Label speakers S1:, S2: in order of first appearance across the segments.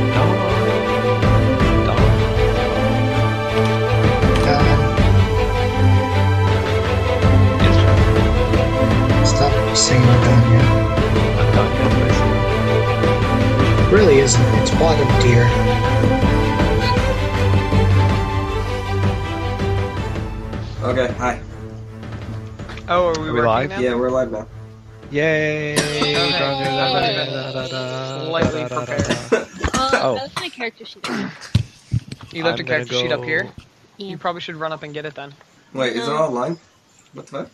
S1: uh, What a dear.
S2: Okay, hi.
S3: Oh, are we,
S4: Are we
S3: working
S4: live?
S3: now?
S2: Yeah, we're live now.
S4: Yay!
S3: Slightly prepared.
S5: Uh,
S4: Oh.
S5: That's my character sheet. Yeah.
S4: I'm
S3: You left a
S4: gonna
S3: character sheet up
S4: go-
S3: here. You probably should run up and get it then.
S2: Wait, is it
S5: No.
S2: online? What the fuck?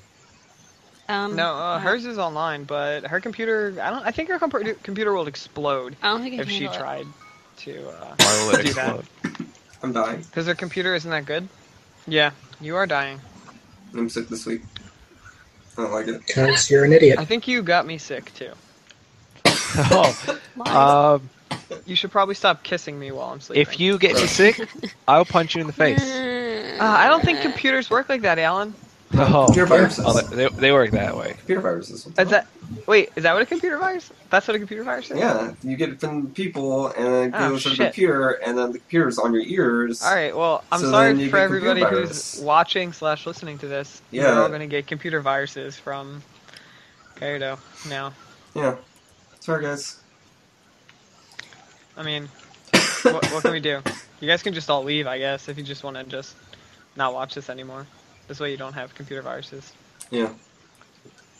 S5: Um,
S3: No, uh, hers is online, but her computer. I don't. I think her comp- computer will explode
S5: I don't think I can
S3: if she
S5: handle it.
S3: tried to. Uh,
S4: Why will it
S3: Do that.
S4: explode?
S2: I'm dying.
S3: Because her computer isn't that good. Yeah, you are dying.
S2: I'm sick this week. I don't like it.
S1: Because you're an idiot.
S3: I think you got me sick too.
S4: oh,
S2: Uh,
S5: Why?
S4: um,
S3: You should probably stop kissing me while I'm sleeping.
S4: if you get me sick, I'll punch you in the face.
S3: Uh, I don't think computers work like that, Alan.
S4: Oh,
S2: Computer viruses.
S4: oh, they, they work that way.
S2: Computer viruses. what the
S3: Is that? Wait, is that what a computer virus? That's what a computer virus
S2: fuck?
S3: is.
S2: Yeah, you get it from people, and then it
S3: Oh,
S2: goes to the
S3: shit.
S2: computer, and then the computer's on your ears.
S3: All right. Well, I'm
S2: So then
S3: sorry
S2: you
S3: for
S2: get
S3: everybody
S2: computer
S3: who's
S2: virus.
S3: watching slash listening to this.
S2: Yeah.
S3: You're all gonna get computer viruses from Kaido now.
S2: Yeah. Sorry, guys.
S3: I mean, what, what can we do? You guys can just all leave, I guess, if you just want to just not watch this anymore. This way you don't have computer viruses.
S2: Yeah.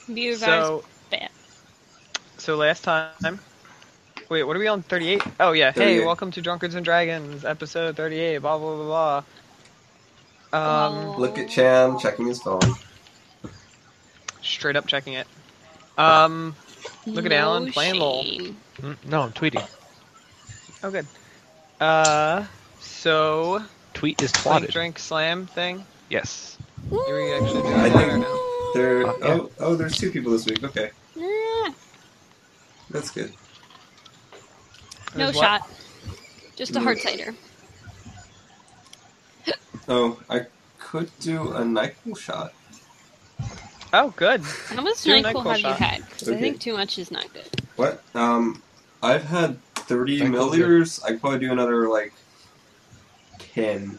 S5: Computer virus.
S3: So,
S5: bad.
S3: so last time. Wait, what are we on? 38? Oh, yeah. Hey,
S2: 38.
S3: welcome to Drunkards and Dragons, episode 38, blah, blah, blah, blah. Um,
S2: Look at Chan checking his phone.
S3: Straight up checking it. Um, look at
S5: No
S3: Alan playing LOL.
S5: shame.
S4: Mm, No, I'm tweeting.
S3: oh, good. Uh, so,
S4: Tweet is
S3: Plink
S4: twatted.
S3: Drink Slam thing.
S4: Yes.
S3: Here we actually do
S2: I
S3: that
S2: think-
S3: right now.
S2: There.
S4: Oh, yeah.
S2: Oh, oh, there's two people this week. Okay,
S5: Nah,
S2: that's good.
S5: No
S3: There's what? Mm.
S5: shot. Just a hard cider.
S2: Oh, I could do a Nyquil shot.
S3: Oh, good.
S5: How much
S3: Do a
S5: NyQuil
S3: NyQuil
S5: have
S3: shot.
S5: you had? 'Cause I
S2: Okay.
S5: think too much is not good.
S2: What? Um, I've had 30
S4: Nyquil's good.
S2: milliliters. I could probably do another like 10.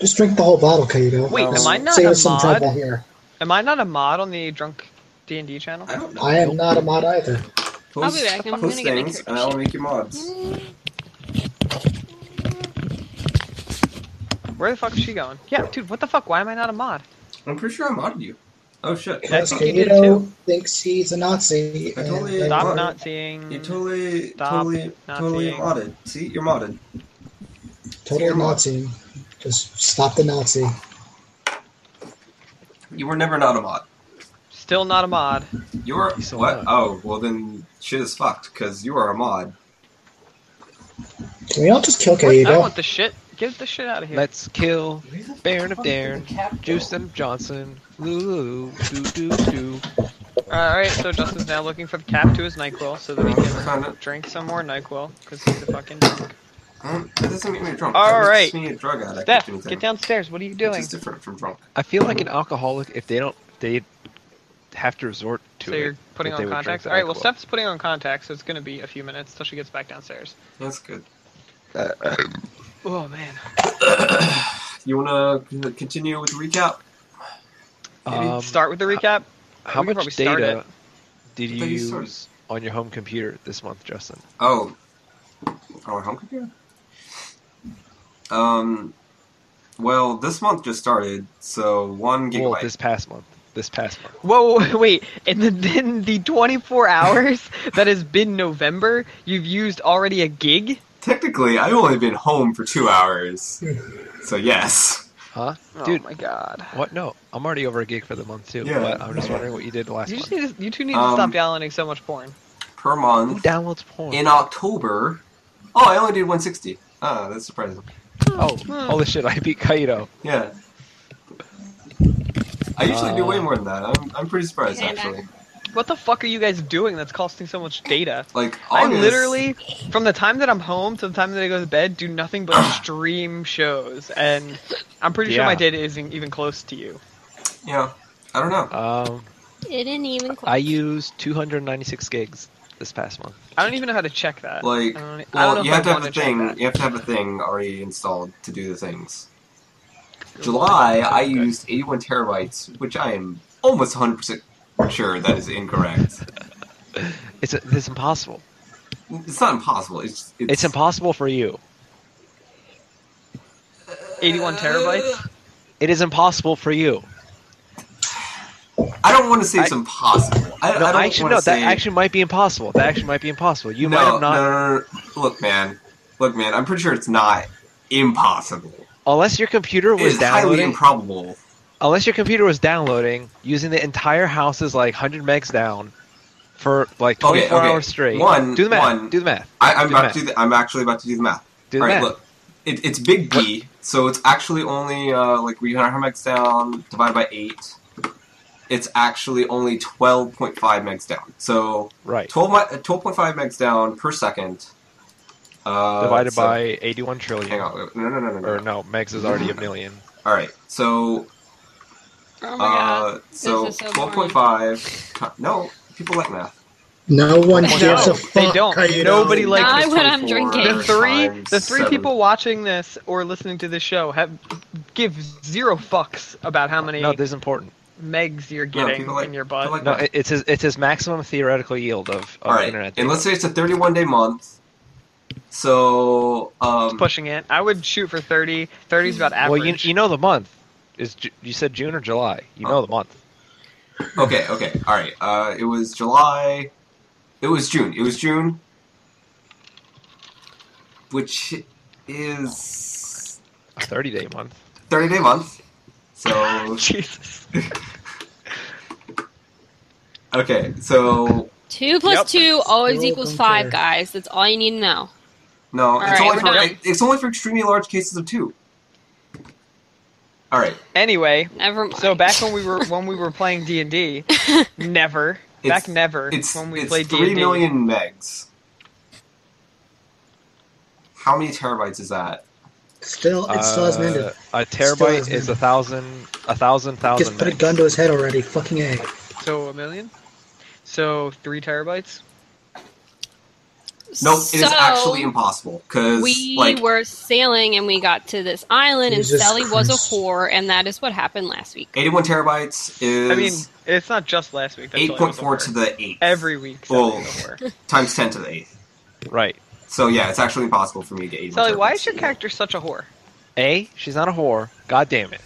S1: Just drink the whole bottle, Kaido.
S3: Wait,
S2: am
S3: I not
S1: Save
S3: a
S1: us some
S3: mod?
S1: trouble here.
S3: Am I not a mod on the Drunk D&D channel?
S2: I don't know.
S1: I am not a mod either.
S5: I'll
S2: Post-
S5: be back.
S2: post
S5: I'm gonna get my
S2: things,
S5: character
S2: and I'll
S5: sheet.
S2: make you mods.
S3: Where the fuck is she going? Yeah, dude, what the fuck? Why am I not a mod?
S2: I'm pretty sure I modded you. Oh shit!
S3: I
S1: Because
S3: think you did
S1: Kaido
S3: too.
S1: thinks he's a Nazi.
S2: I
S1: and
S2: totally-
S1: then-
S3: Stop
S2: mod.
S3: not seeing.
S2: You totally,
S3: Stop
S2: totally,
S3: not
S2: totally
S3: being-
S2: modded. See, you're modded.
S1: Total Nazi. Just stop the Nazi.
S2: You were never not a mod.
S3: Still not a mod.
S2: You were
S4: He's a mod.
S2: what? Oh, well then shit is fucked because you are a mod.
S1: Can we all just kill
S3: What? I don't
S1: Kaido?
S3: want the shit. Get the shit out of here.
S4: Let's kill Baron of Darren, Juice them Johnson, Lulu, doo doo doo.
S3: Alright, so Justin's now looking for the cap to his NyQuil so that we
S2: I
S3: can
S2: found it.
S3: drink some more NyQuil because he's a fucking drunk.
S2: Um, that doesn't make me a drunk.
S3: All
S2: that
S3: right.
S2: Makes me a drug addict. if
S3: Steph,
S2: anything.
S3: get downstairs. What are you
S2: Which
S3: doing?
S2: is different from drunk.
S4: I feel like an alcoholic if they don't, they have to resort to
S3: So
S4: it.
S3: you're putting
S4: that they
S3: on
S4: would drink
S3: contacts?
S4: the
S3: Alright, well,
S4: NyQuil.
S3: Steph's putting on contacts, so it's gonna be a few minutes till she gets back downstairs.
S2: That's good.
S3: Oh, man.
S2: You wanna c- continue with the recap? Maybe
S4: Um,
S3: Start with the recap.
S4: How
S3: We can
S4: much
S3: probably start
S4: data
S3: it.
S4: did
S2: I
S4: you
S2: thought you started.
S4: use on your home computer this month, Justin?
S2: Oh, our home computer. Um, well, this month just started, so one gigabyte.
S4: Well, this past month. This past month.
S3: Whoa, whoa, whoa, wait. In the, in the 24 hours that has been November, you've used already a gig?
S2: Technically, I've only been home for two hours, so yes.
S4: Huh?
S3: Dude,
S4: Dude.
S3: oh my god.
S4: What? No, I'm already over a gig for the month too.
S2: Yeah.
S4: But I'm just wondering what you did last
S3: You, just
S4: month.
S3: need to, you two need
S2: Um,
S3: to stop downloading so much porn.
S2: Per
S4: Who
S2: month
S4: downloads porn?
S2: in October. Oh, I only did 160. Ah, that's surprising.
S4: oh,
S3: Hmm.
S4: holy shit! I beat Kaido.
S2: Yeah. I usually do
S4: Uh,
S2: way more than that. I'm, I'm pretty surprised
S5: Kinda.
S2: actually.
S3: What the fuck are you guys doing that's costing so much data?
S2: Like
S3: I
S2: August-
S3: literally, from the time that I'm home to the time that I go to bed, do nothing but stream shows, and I'm pretty sure
S4: Yeah.
S3: my data isn't even close to you.
S2: Yeah, I don't know.
S4: Um,
S5: It didn't even close.
S4: I used 296 gigs this past month.
S3: I don't even know how to check that.
S2: Like,
S3: I don't,
S4: e-,
S3: I don't know
S2: well,
S3: if
S2: you
S3: I
S2: have to have
S3: wanna
S2: the
S3: check
S2: thing.
S3: that.
S2: You have to have a thing already installed to do the things. July, I
S4: Okay.
S2: used 81 terabytes, which I am almost 100% sure that is incorrect.
S4: It's it's impossible.
S2: It's not impossible. It's it's,
S4: It's impossible for you.
S3: 81 terabytes.
S4: It is impossible for you.
S2: I don't want to say it's
S4: I-
S2: impossible. I,
S4: No,
S2: I don't
S4: actually,
S2: want
S4: no.
S2: to say
S4: That actually might be impossible. That actually might be impossible. You might have not,
S2: No, no, no. Look, man. Look, man. I'm pretty sure it's not impossible.
S4: unless your computer
S2: It
S4: was
S2: is highly
S4: downloading.
S2: improbable.
S4: unless your computer was downloading using the entire house's like 100 megs down for like
S2: Okay,
S4: 24
S2: okay.
S4: hours straight.
S2: One-
S4: do the math.
S2: one-
S4: do the math.
S2: I, I'm
S4: Do the
S2: about
S4: math.
S2: to do. The, I'm actually about to do the math.
S4: Do the
S2: All right,
S4: math.
S2: look. It, it's big B, so it's actually only uh, like we have our megs down divided by eight. It's actually only 12.5 megs down. So
S4: Right.
S2: 12 mi- uh, 12.5 megs down per second. Uh,
S4: Divided
S2: so-
S4: by 81 trillion.
S2: Hang on. wait, No, no, no, no, no.
S4: Or no, megs is already a million.
S2: All right. So
S5: Oh my god.
S2: Uh, so
S5: is so
S2: twelve point five. No, people like math.
S1: No one
S3: No,
S1: gives a
S3: they
S1: fuck.
S3: don't.
S1: Cairo.
S3: Nobody likes
S5: Not
S2: It's
S5: when I'm
S2: 24
S5: drinking.
S3: The three,
S2: times
S3: the three
S2: seven.
S3: people watching this or listening to this show have give zero fucks about how many
S4: No, this is important.
S3: megs you're
S2: No,
S3: getting
S2: people like-
S3: in your
S2: people
S3: butt.
S2: like
S4: No, it- it's his, it's his maximum theoretical yield of, of
S2: All right,
S4: internet.
S2: and
S4: data.
S2: let's say it's a thirty-one day month. So um,
S3: pushing it. I would shoot for 30. 30
S2: Mm.
S3: is about average.
S4: Well, you, you know the month is Ju- you said June or July. You
S2: Oh.
S4: know the month.
S2: okay, okay, all right. Uh, it was July. It was June. It was June, which is
S4: A thirty day month.
S2: thirty day month. So
S3: Jesus.
S2: okay, so
S5: Two plus
S3: Yep.
S5: two always
S1: Roll
S5: equals
S1: them
S5: five,
S1: there.
S5: guys. That's all you need to know.
S2: No, it's
S5: right,
S2: only
S5: we're
S2: for
S5: done.
S2: it's only for extremely large cases of two. All right,
S3: Anyway,
S5: Never mind.
S3: so back when we were when we were playing D and D, never
S2: It's-
S3: back never
S2: it's
S3: when we
S2: it's
S3: played D
S2: three
S3: and D.
S2: million megs. How many terabytes is that?
S1: Still, it still hasn't ended.
S4: Uh, a
S1: Still
S4: terabyte
S1: hasn't
S4: is a
S1: ended.
S4: thousand, a thousand
S1: Just
S4: thousand.
S1: put a
S4: megs.
S1: gun to his head already. Fucking A.
S3: So a million. So three terabytes.
S2: No, it is
S5: So,
S2: actually impossible because
S5: We
S2: like
S5: were sailing and we got to this island,
S1: Jesus
S5: and Sally was
S1: Christ.
S5: a whore, and that is what happened last week.
S2: eighty-one terabytes is
S3: I mean, it's not just last week. That's
S2: eight point four to the eighth
S3: every week.
S2: Well-
S3: Sally was a whore.
S2: times ten to the eighth.
S4: Right.
S2: So yeah, it's actually impossible for me to get eighty-one.
S3: Sally, why
S2: terabytes.
S3: is your character such a whore?
S4: A. She's not a whore. God damn it.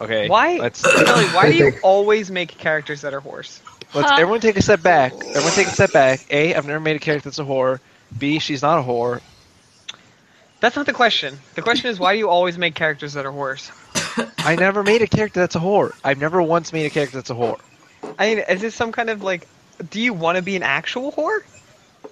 S4: Okay.
S3: Why-
S4: Let's,
S3: Sally,
S4: let's
S3: why do you always make characters that are whores?
S5: Huh?
S4: everyone take a step back. Everyone take a step back. A. I've never made a character that's a whore. B. She's not a whore.
S3: That's not the question. The question is why do you always make characters that are whores?
S4: I never made a character that's a whore. I've never once made a character that's a whore.
S3: I mean, is this some kind of like? Do you want to be an actual whore?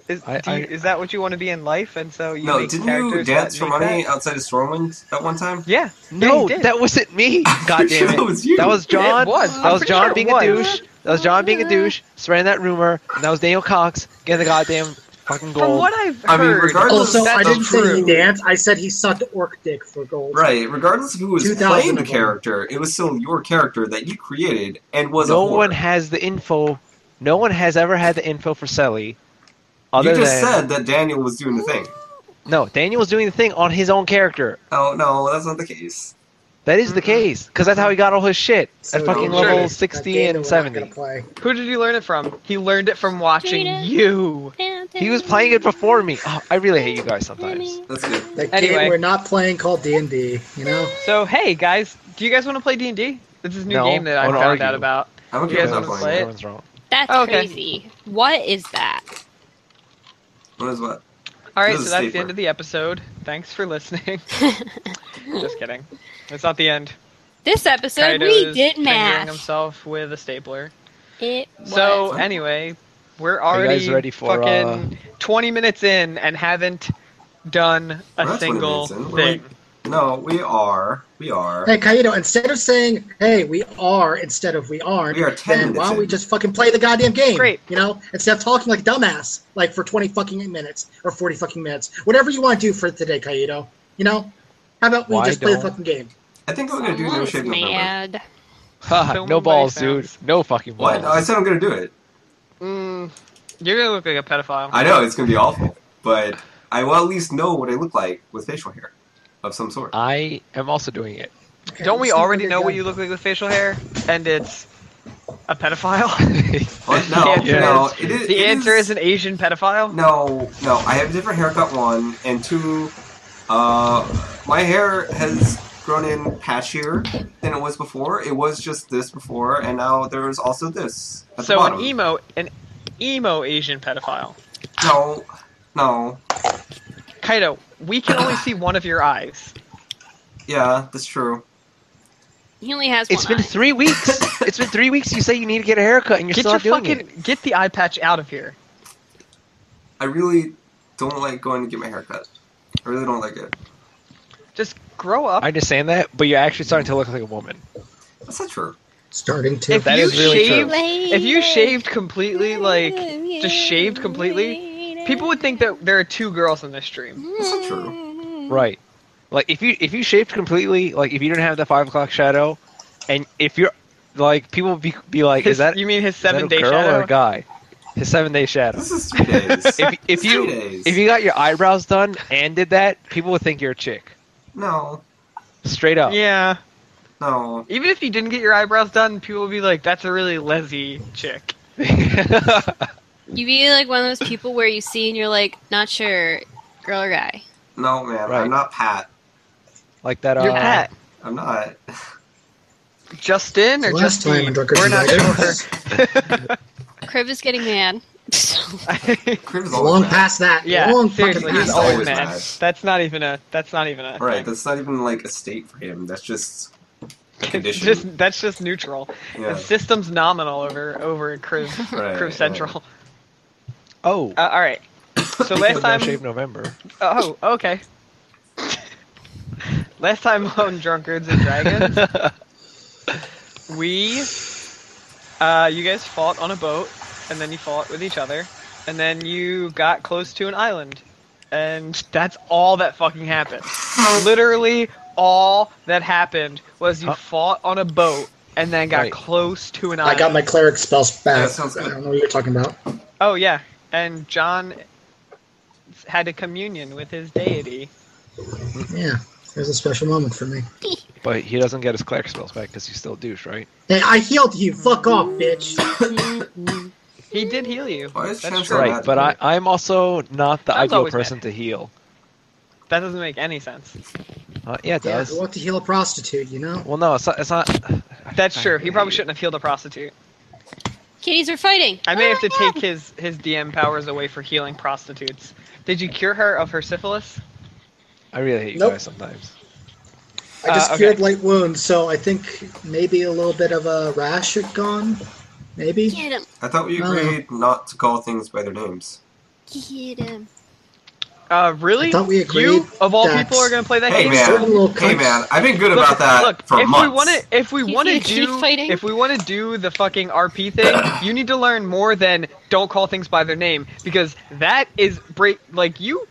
S3: Is,
S4: I-
S3: do you-
S4: I-
S3: is that what you want to be in life? And so you
S2: No,
S3: make
S2: didn't
S3: characters
S2: you dance
S3: that
S2: for
S3: make
S2: money
S3: that?
S2: outside of Stormwind that one time?
S3: Yeah,
S4: No,
S3: yeah, you did.
S4: that wasn't me. God damn
S2: I'm sure
S4: it.
S2: that was you.
S4: That was John.
S3: It was.
S4: That
S3: I'm
S4: was
S3: pretty
S4: John
S3: sure it
S4: being a
S3: was.
S4: douche. That was John being a douche, spreading that rumor, and that was Daniel Cox getting the goddamn fucking gold.
S3: From what I've heard,
S2: I mean, regardless-
S6: Also,
S2: That's
S6: I didn't say
S2: true.
S6: he danced. I said he sucked orc dick for gold.
S2: Right, regardless of who was playing the
S1: 2001.
S2: character, it was still your character that you created and was
S4: no
S2: a whore.
S4: one has the info. No one has ever had the info for Selly. Other
S2: you just
S4: than
S2: said that Daniel was doing the thing.
S4: no, Daniel was doing the thing on his own character.
S2: Oh no, that's not the case.
S4: That is the
S3: Mhm.
S2: Mm-hmm.
S4: case, because that's how he got all his shit at fucking
S3: Sure.
S4: level
S3: That
S4: sixty and seventy.
S3: who did you learn it from? He learned it from watching
S5: Jada.
S3: you.
S4: He was playing it before me. Oh, I really hate you guys sometimes.
S2: That's good.
S1: That
S3: Anyway.
S1: game we're not playing called D and D. You know,
S3: So hey guys, do you guys want to play D and D? This is a new
S4: No,
S3: game that I
S4: I
S3: found
S4: wanna
S3: out
S4: argue.
S3: about.
S2: I'm okay
S3: You
S2: with
S3: guys
S2: not
S3: wanna play
S2: playing.
S3: it?
S2: it.
S4: Everyone's wrong.
S5: That's
S3: Oh, okay.
S5: crazy. What is that?
S2: What is what?
S3: All right,
S2: This
S3: so
S2: is
S3: that's the
S2: safer.
S3: end of the episode. Thanks for listening. Just kidding. It's not the end.
S5: This episode,
S3: Kaido
S5: we
S3: is
S5: did
S3: fingering
S5: math.
S3: himself with a stapler.
S5: It was.
S3: So
S2: What?
S3: anyway, we're
S4: Are you guys
S3: already
S4: ready for, uh,
S3: fucking 20 minutes in and haven't done
S2: We're
S3: a
S2: not 20
S3: single
S2: minutes in. We're
S3: thing.
S2: No, we are. We are.
S1: hey Kaido, instead of saying "Hey, we are" instead of "We aren't,"
S2: We are 10
S1: then why
S2: minutes
S1: don't we
S2: in.
S1: just fucking play the goddamn game?
S3: Great.
S1: You know, instead of talking like a dumbass like for twenty fucking minutes or forty fucking minutes, whatever you want to do for today, Kaido. You know, how about we
S4: Why
S1: just play the
S4: don't-
S1: fucking game?
S2: I think I'm gonna do no
S5: Someone's
S2: shape November.
S5: mad.
S4: Ha,
S3: Film
S4: uh, no
S3: my
S4: balls, dude.
S3: sounds.
S4: No fucking balls.
S2: What? No, I said I'm gonna do it.
S3: Mm, you're gonna look like a pedophile.
S2: I know it's gonna be awful, but I will at least know what I look like with facial hair of some
S3: Uh,
S2: sort.
S4: I am also doing it.
S1: Okay,
S3: Don't we
S1: let's see
S3: already
S1: what
S3: know
S1: they
S3: what
S1: got.
S3: you look like with facial hair? And it's A pedophile?
S2: What? No,
S3: Yeah,
S2: no.
S3: it's-
S2: It is,
S3: the
S2: it
S3: answer
S2: is-
S3: is an Asian pedophile?
S2: No, no. I have a different haircut. One and two. Uh, my hair has grown in patchier than it was before. It was just this before, and now there's also this at the
S3: So
S2: bottom.
S3: an emo, an emo Asian pedophile.
S2: no, no.
S3: Kaido, we can only see one of your eyes.
S2: Yeah, that's true.
S5: He only has
S4: It's
S5: one
S4: been
S5: eye.
S4: three weeks. it's been three weeks. You say you need to get a haircut, and you're
S3: get
S4: still
S3: your
S4: not doing
S3: fucking
S4: it.
S3: get the eye patch out of here.
S2: I really don't like going to get my hair cut. I really don't like it.
S3: Just grow up.
S4: I understand that, but you're actually starting to look like a woman.
S3: Mm-hmm.
S2: That's not true.
S1: Starting to.
S3: if
S4: that
S3: you
S4: is really true.
S3: shaved, if you shaved completely, like just shaved completely, people would think that there are two girls in this stream.
S2: That's not true.
S4: Right. Like if you if you shaved completely, like if you didn't have the five o'clock shadow, and if you're like people would be be like,
S3: His-
S4: is that
S3: you mean his
S4: is that
S3: seven
S4: a
S3: day
S4: girl
S3: shadow?
S4: or a guy? His seven day shadow.
S2: This is three days.
S4: If, if you
S2: Three days.
S4: if you got your eyebrows done and did that, people would think you're a chick.
S2: no,
S4: Straight up.
S3: Yeah.
S2: no.
S3: Even if you didn't get your eyebrows done, people would be like, "That's a really lesy chick."
S5: You be like one of those people where you see and you're like, not sure, girl or guy.
S2: No, man,
S4: Right.
S2: I'm not Pat.
S4: like that.
S3: You're
S4: uh,
S3: Pat,
S2: I'm not.
S3: Justin, or
S1: Last time
S3: Justine.
S1: in Drunkards
S3: We're not
S1: United.
S3: sure.
S5: Crib is getting mad.
S2: Crib's
S1: It's
S2: always
S1: long
S2: Pat.
S1: past that.
S3: yeah,
S1: long fucking
S3: seriously, he's
S1: past
S2: always
S1: that.
S3: always
S2: mad.
S3: mad. That's not even a. That's not even a.
S2: Right,
S3: thing.
S2: that's not even like a state for him. That's just a
S3: It's
S2: condition.
S3: just that's just neutral.
S2: yeah.
S3: The system's nominal over over Crib
S2: Right,
S3: Crib
S2: right.
S3: Central.
S4: Oh.
S3: Uh, all right. So last
S4: No
S3: time.
S4: shave November.
S3: Oh, okay. last time on Drunkards and Dragons, we, uh, you guys fought on a boat, and then you fought with each other, and then you got close to an island, and that's all that fucking happened. Literally, all that happened was you
S4: Huh?
S3: fought on a boat. And then got
S4: Right.
S3: close to an
S1: I
S3: island.
S1: got my cleric spells
S2: Yeah,
S1: back.
S2: sounds good.
S1: I don't know what you're talking about.
S3: Oh yeah, and John had a communion with his deity.
S1: Yeah, it was a special moment for me.
S4: But he doesn't get his cleric spells back because he's still a douche, right?
S1: Hey, I healed you. Fuck off, bitch.
S3: He did heal you.
S2: Why is
S3: That's
S2: Chance
S3: true.
S2: so
S4: right,
S2: bad?
S4: but I, I'm also not the
S3: Sounds
S4: ideal
S3: always
S4: person to heal.
S3: That doesn't make any sense.
S4: Uh, yeah, it
S1: Yeah,
S4: does.
S1: I want to heal a prostitute, you know?
S4: Well, no, it's not. It's not
S3: That's
S4: I
S3: true. He probably
S4: hate it.
S3: shouldn't have healed a prostitute.
S5: Kitties are fighting.
S3: I may
S5: Oh
S3: have to
S5: my God.
S3: take his his DM powers away for healing prostitutes. Did you cure her of her syphilis?
S4: I really hate you
S1: Nope.
S4: guys sometimes.
S1: I
S4: Ah,
S1: just
S3: Uh, okay.
S1: cured light wounds, so I think maybe a little bit of a rash had gone. Maybe?
S5: Get him.
S2: I thought we
S1: No.
S2: agreed not to call things by their names.
S5: Get him.
S3: Uh, really?
S1: I thought we
S3: you
S1: agreed
S3: of all
S1: that-
S3: people are gonna play that
S2: Hey
S3: game?
S2: man,
S1: Certain little
S2: hey
S1: cunts.
S2: man, I've been good
S3: Look,
S2: about that
S3: look,
S2: for
S3: if
S2: months.
S3: we want to, if we
S5: He's
S3: want to
S5: gonna keep
S3: do,
S5: fighting.
S3: if we want to do the fucking RP thing, you need to learn more than don't call things by their name because that is break. Like you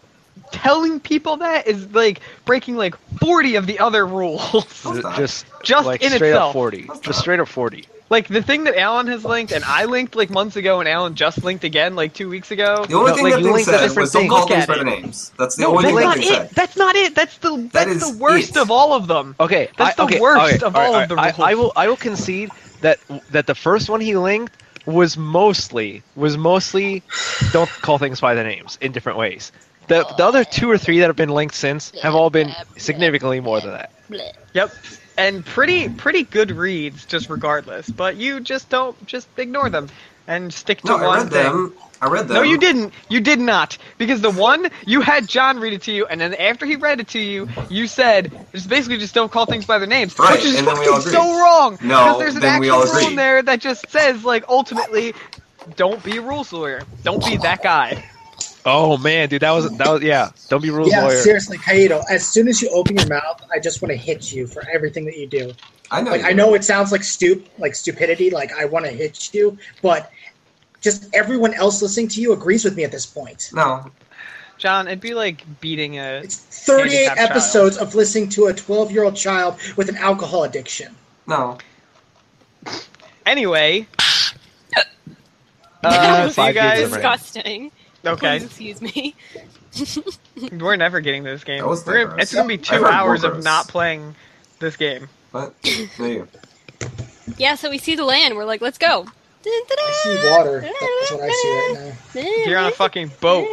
S3: telling people that is like breaking like forty of the other rules.
S2: What's that?
S4: Just,
S3: Just
S4: like,
S3: in
S4: straight
S3: itself.
S4: up forty.
S2: What's
S4: Just
S2: that?
S4: straight up forty.
S3: like the thing that Alan has linked and I linked like months ago, and Alan just linked again like two weeks ago.
S2: the only
S4: no,
S2: thing
S4: like,
S2: that
S4: you
S2: thing
S4: linked
S2: said
S4: different
S2: was don't call things
S3: things. Look at
S2: by
S3: it.
S2: their names. That's the
S3: No,
S2: only
S3: that's
S2: thing
S3: not
S2: they
S3: it.
S2: said.
S3: That's not it. That's the that's
S2: is
S3: the worst
S2: it.
S3: of all of them.
S4: Okay,
S3: That's
S4: I,
S3: the
S4: okay,
S3: worst
S4: okay,
S3: of
S4: alright,
S3: all of
S4: alright,
S3: the
S4: I- I,
S3: rules.
S4: will. I will concede that that the first one he linked was mostly was mostly don't call things by their names in different ways. The, the other two or three that have been linked since have all been significantly more than that.
S5: Blech.
S3: Yep. And pretty pretty good reads just regardless, but you just don't just ignore them and stick to
S2: No,
S3: one
S2: I read
S3: thing.
S2: them. I read them.
S3: No, you didn't. You did not. Because the one you had John read it to you, and then after he read it to you, you said just basically just don't call things by their names,
S2: Right,
S3: which is
S2: and then we all
S3: fucking
S2: agreed.
S3: so wrong.
S2: No,
S3: because there's an
S2: then we
S3: actual
S2: all
S3: rule in
S2: agreed.
S3: there that just says like ultimately, don't be a rules lawyer. Don't be that guy.
S4: Oh man, dude, that was that was yeah. Don't be rules
S1: Yeah,
S4: lawyer.
S1: seriously, Kaido, as soon as you open your mouth, I just want to hit you for everything that you do.
S2: I know.
S1: Like
S2: you
S1: I know it sounds like stoop like stupidity, like I want to hit you, but just everyone else listening to you agrees with me at this point.
S2: did. No,
S3: John, it'd be like beating a.
S1: It's 38
S3: Handicapped child.
S1: episodes of listening to a 12-year-old child with an alcohol addiction.
S2: no.
S3: Anyway. Uh, so you
S4: Five years
S3: guys,
S4: of
S5: Disgusting.
S3: okay,
S5: Please excuse me.
S3: we're never getting to this game.
S2: That was
S3: We're
S2: gross.
S3: gonna, it's gonna be
S2: I've
S3: two
S2: heard
S3: hours
S2: more
S3: of
S2: gross.
S3: not playing this game.
S2: What? No, you.
S5: yeah, so we see the land. We're like, let's go.
S1: I see water. That's what I see right now.
S3: You're on a fucking boat.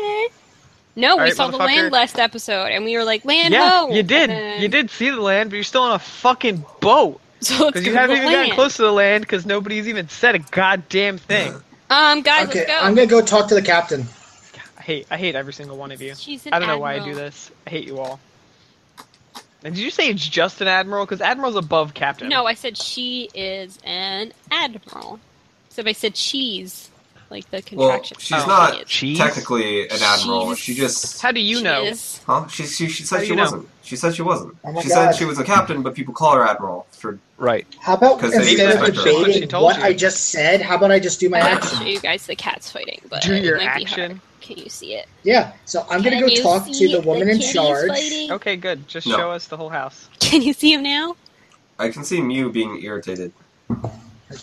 S5: No, we
S3: Alright,
S5: saw the land
S3: motherfucker.
S5: last episode, and we were like, land
S3: yeah,
S5: ho!
S3: you did.
S5: And-
S3: You did see the land, but you're still on a fucking boat
S5: So
S3: because
S5: let's go
S3: you
S5: to
S3: haven't
S5: the
S3: even
S5: land.
S3: gotten close to the land because nobody's even said a goddamn thing.
S5: Um, guys,
S1: Okay,
S5: let's go.
S1: I'm gonna go talk to the captain.
S3: I hate. I hate every single one of you.
S5: She's an
S3: I don't know why I
S5: admiral.
S3: do this. I hate you all. And did you say it's just an admiral? Because admiral's above captain.
S5: No, I said she is an admiral. So if I said she's, like the
S2: Well,
S5: contraction.
S2: she's
S3: Oh,
S2: not
S4: Cheese?
S2: technically an admiral.
S5: She's-
S2: She just
S3: How do you
S5: She
S3: know?
S5: is.
S2: huh? She she, she
S3: How
S2: said
S3: do
S2: she
S3: you know?
S2: wasn't. She said she wasn't.
S1: Oh my
S2: she
S1: God.
S2: said she was a captain, but people call her admiral for
S4: Right.
S1: How about
S2: 'Cause they
S1: instead of
S2: respect her.
S3: She
S1: debating
S3: told
S1: what
S3: you.
S1: I just said, how about I just do my
S5: I'll
S1: action?
S5: show you guys the cat's fighting, but
S3: Do
S5: it
S3: your
S5: might Be
S3: action.
S5: hard. Can you see it?
S1: Yeah, so I'm gonna
S5: Can
S1: go
S5: you
S1: talk to
S5: see
S1: the woman in
S5: kitties
S1: charge.
S5: fighting?
S3: Okay, good. Just
S2: No.
S3: show us the whole house.
S5: Can you see him now?
S2: I can see Mew being irritated.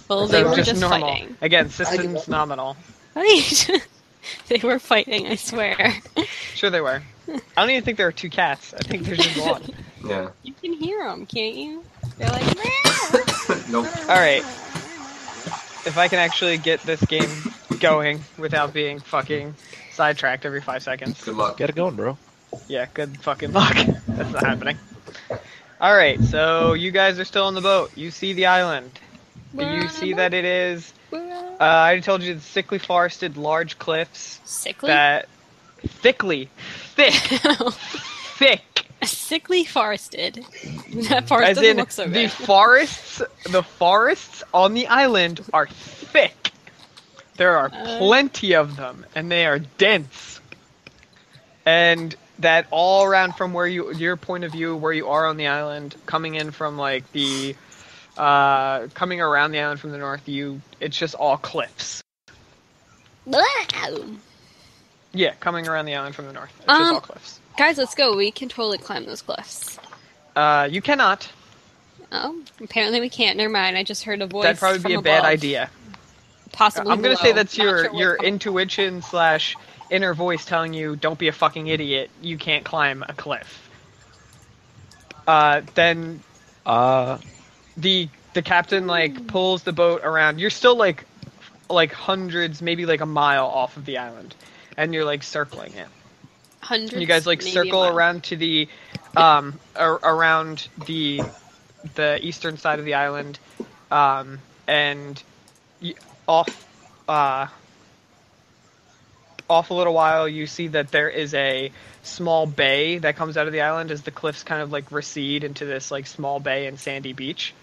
S5: Well,
S1: Okay,
S5: they
S3: They're
S5: were
S1: we're
S3: just,
S5: just,
S3: normal.
S5: fighting.
S3: Again,
S1: I
S3: systems
S1: give
S3: nominal.
S5: they were fighting. I swear.
S3: Sure they were. I don't even think there are two cats. I think there's just one.
S2: Yeah.
S5: You can hear them, can't you? They're like. "Meow."
S2: nope.
S3: All right. If I can actually get this game going without being fucking sidetracked every five seconds.
S2: Good luck.
S4: Get it going, bro.
S3: Yeah, good fucking luck. That's not happening. All right, so you guys are still on the boat. You see the island.
S5: We're
S3: You
S5: on
S3: see
S5: a
S3: that it is.
S5: boat. We're on
S3: Uh, I told you the thickly forested, large cliffs
S5: a- Sickly.
S3: that thickly, thick, thick.
S5: sickly forested. That forest
S3: As
S5: doesn't
S3: in
S5: look so
S3: the
S5: bad.
S3: forests, the forests on the island are thick. There are
S5: Uh.
S3: plenty of them, and they are dense. And that all around from where you, your point of view, where you are on the island, coming in from like the, uh, coming around the island from the north, you, it's just all cliffs.
S5: Blah!
S3: Yeah, coming around the island from the north, it's just
S5: Um.
S3: all cliffs.
S5: Guys, let's go. We can totally climb those cliffs.
S3: Uh, you cannot.
S5: Oh, apparently we can't. Never mind. I just heard a voice.
S3: That'd probably
S5: from
S3: be a bad
S5: above,
S3: idea.
S5: Possibly.
S3: I'm gonna
S5: below.
S3: say that's
S5: Not
S3: your
S5: sure where
S3: your
S5: it's coming
S3: intuition slash inner voice telling you don't be a fucking idiot. You can't climb a cliff. Uh, then
S4: Uh,
S3: the the captain
S5: Hmm.
S3: like pulls the boat around. You're still like like hundreds, maybe like a mile off of the island, and you're like circling it.
S5: from. Hundreds,
S3: And you guys like
S5: maybe a
S3: circle
S5: mile.
S3: around to the um ar- around the the eastern side of the island um and y- off uh off a little while you see that there is a small bay that comes out of the island as the cliffs kind of like recede into this like small bay and sandy beach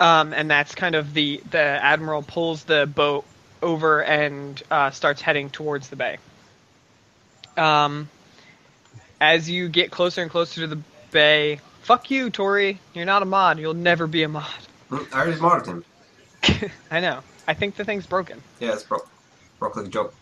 S3: um and that's kind of the the admiral pulls the boat over and uh, starts heading towards the bay um, as you get closer and closer to the bay, fuck you, Tori. You're not a mod. You'll never be a mod.
S2: Mm, I already modded him.
S3: I know. I think the thing's broken.
S2: Yeah, it's broke. Broke like a joke.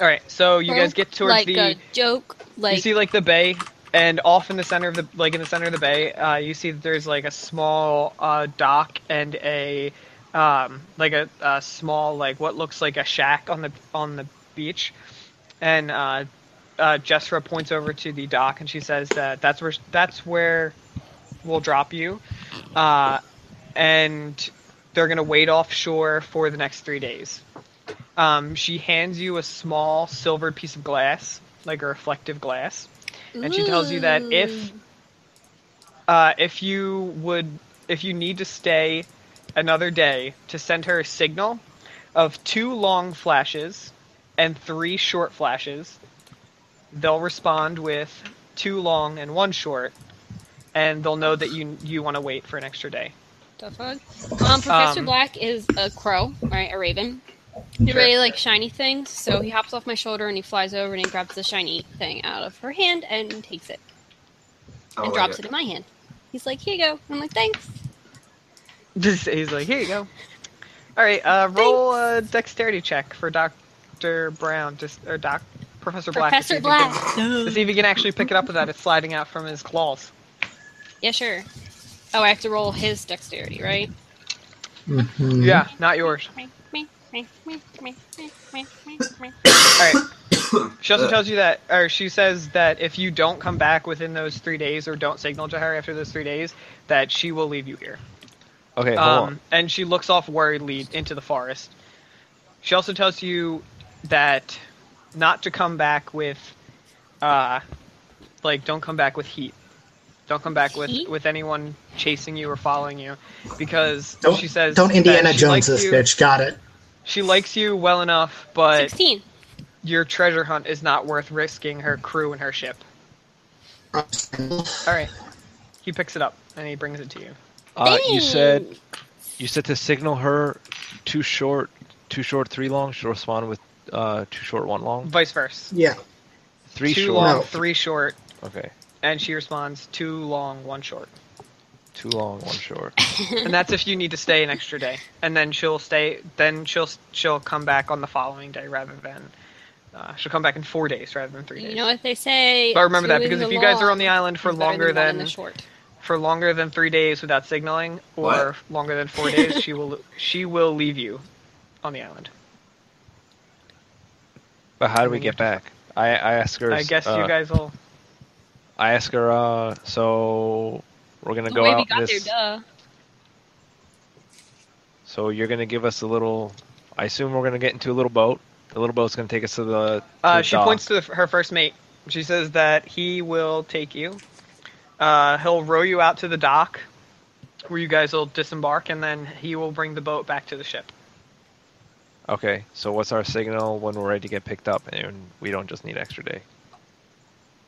S3: All right, so you guys get towards
S5: like
S3: the.
S5: a joke. Like
S3: you see like the bay, and off in the center of the like in the center of the bay, uh, you see that there's like a small uh, dock and a um, like a, a small like what looks like a shack on the on the beach, and uh, uh, Jessra points over to the dock and she says that that's where that's where we'll drop you, uh, and they're gonna wait offshore for the next three days. Um, she hands you a small silver piece of glass, like a reflective glass, and she tells you that if uh, if you would if you need to stay another day to send her a signal of two long flashes and three short flashes, they'll respond with two long and one short, and they'll know that you you want to wait for an extra day.
S5: The fuck? Um, Professor
S3: Um,
S5: Black is a crow, right? A raven. He
S3: Sure.
S5: really likes shiny things, so he hops off my shoulder and he flies over and he grabs the shiny thing out of her hand and takes it
S2: I
S5: and
S3: Oh,
S2: don't
S5: drops
S2: like
S5: it.
S2: it.
S5: in my hand. He's like, "Here you go." I'm like, "Thanks."
S3: Just, he's like, here you go. All right, uh, roll a dexterity check for Doctor Brown, just or Doc Professor Black. to see
S5: Professor
S3: if he can-
S5: Black.
S3: To see if he can actually pick it up without it sliding out from his claws.
S5: Yeah, sure. Oh, I have to roll his dexterity, right?
S4: Mm-hmm.
S3: Yeah, not yours. All right. She also tells you that, or she says that if you don't come back within those three days or don't signal to her after those three days, that she will leave you here.
S4: Okay, hold
S3: um,
S4: on.
S3: and she looks off worriedly into the forest. She also tells you that not to come back with, uh, like don't come back with heat. Don't come back with,
S5: Heat?
S3: with anyone chasing you or following you, because
S1: Don't,
S3: she says
S1: don't
S3: that
S1: Indiana
S3: she
S1: Jones
S3: likes
S1: this
S3: you-
S1: bitch. Got it.
S3: She likes you well enough, but
S5: 16.
S3: your treasure hunt is not worth risking her crew and her ship. All right, he picks it up and he brings it to you.
S4: Uh, you said you said to signal her too short, too short, three long, short swan with uh, two short, one long,
S3: Vice versa.
S1: Yeah.
S4: three
S3: two
S4: short.
S3: long,
S1: No.
S3: three short,
S4: Okay,
S3: and she responds, two long, one short.
S4: two long, one short.
S3: and that's if you need to stay an extra day, and then she'll stay. Then she'll she'll come back on the following day rather than uh, she'll come back in four days rather than three days.
S5: You know what they say.
S3: but remember
S5: two
S3: that
S5: in
S3: because
S5: the
S3: if you guys are
S5: long
S3: on the island for
S5: is better
S3: longer
S5: than, one in
S3: than
S5: the short.
S3: for longer than three days without signaling, or
S2: What?
S3: longer than four days, she will she will leave you on the island.
S4: But how do we get back? I, I ask her.
S3: I guess
S4: uh,
S3: you guys will.
S4: I ask her. Uh, so we're gonna
S5: The
S4: go
S5: way
S4: out
S5: we got
S4: this.
S5: there, duh.
S4: So you're gonna give us a little. I assume we're gonna get into a little boat. The little boat's gonna take us to the. to
S3: Uh,
S4: the
S3: she
S4: dock.
S3: points to the, her first mate. She says that he will take you. Uh, he'll row you out to the dock, where you guys will disembark, and then he will bring the boat back to the ship.
S4: Okay, so what's our signal when we're ready to get picked up and we don't just need extra day?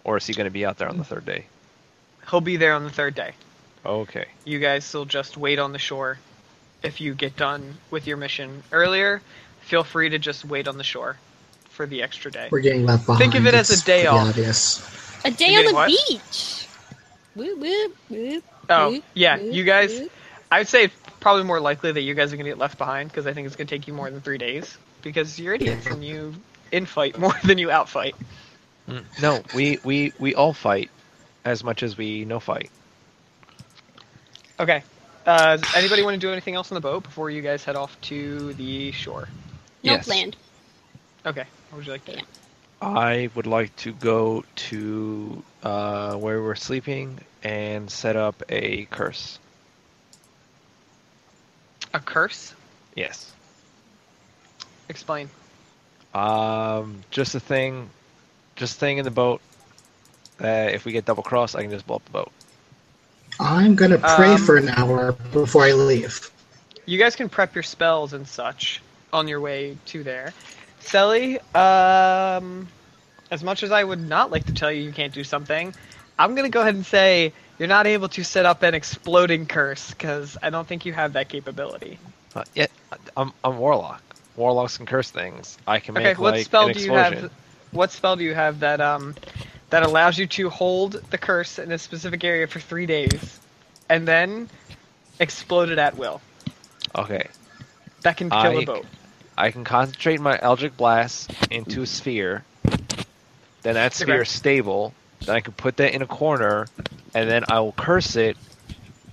S4: Or is he going to be out there on the third day?
S3: He'll be there on the third day.
S4: Okay.
S3: You guys will just wait on the shore. If you get done with your mission earlier, feel free to just wait on the shore for the extra day.
S1: We're getting left behind.
S3: Think of it as a
S1: It's
S3: day
S1: pretty
S3: off.
S1: Obvious.
S5: A day
S3: You
S5: on
S3: getting
S5: the
S3: what?
S5: beach. Whoop, whoop, whoop,
S3: Oh,
S5: whoop,
S3: yeah,
S5: whoop,
S3: you guys.
S5: whoop.
S3: I would say probably more likely that you guys are going to get left behind because I think it's going to take you more than three days because you're idiots and you infight more than you outfight.
S4: Hmm. No, we, we, we all fight as much as we no fight.
S3: Okay. Uh, does anybody want to do anything else on the boat before you guys head off to the shore?
S5: No
S4: Yes.
S5: land.
S3: Okay. What would you like to do?
S4: I would like to go to uh, where we're sleeping and set up a curse.
S3: A curse?
S4: Yes.
S3: Explain.
S4: Um, just a thing, just a thing in the boat. That if we get double crossed, I can just blow up the boat.
S1: I'm gonna pray
S3: Um,
S1: for an hour before I leave.
S3: You guys can prep your spells and such on your way to there. Selly, um, as much as I would not like to tell you you can't do something, I'm going to go ahead and say you're not able to set up an exploding curse because I don't think you have that capability.
S4: Uh, yeah, I'm, I'm warlock. Warlocks can curse things. I can
S3: Okay,
S4: make
S3: what
S4: like
S3: spell
S4: an
S3: do you
S4: explosion.
S3: have? What spell do you have that um that allows you to hold the curse in a specific area for three days, and then explode it at will?
S4: Okay,
S3: That can kill
S4: I-
S3: a boat.
S4: I can concentrate my Eldritch Blast into a sphere. Then that sphere
S3: Okay.
S4: is stable. Then I can put that in a corner, and then I will curse it,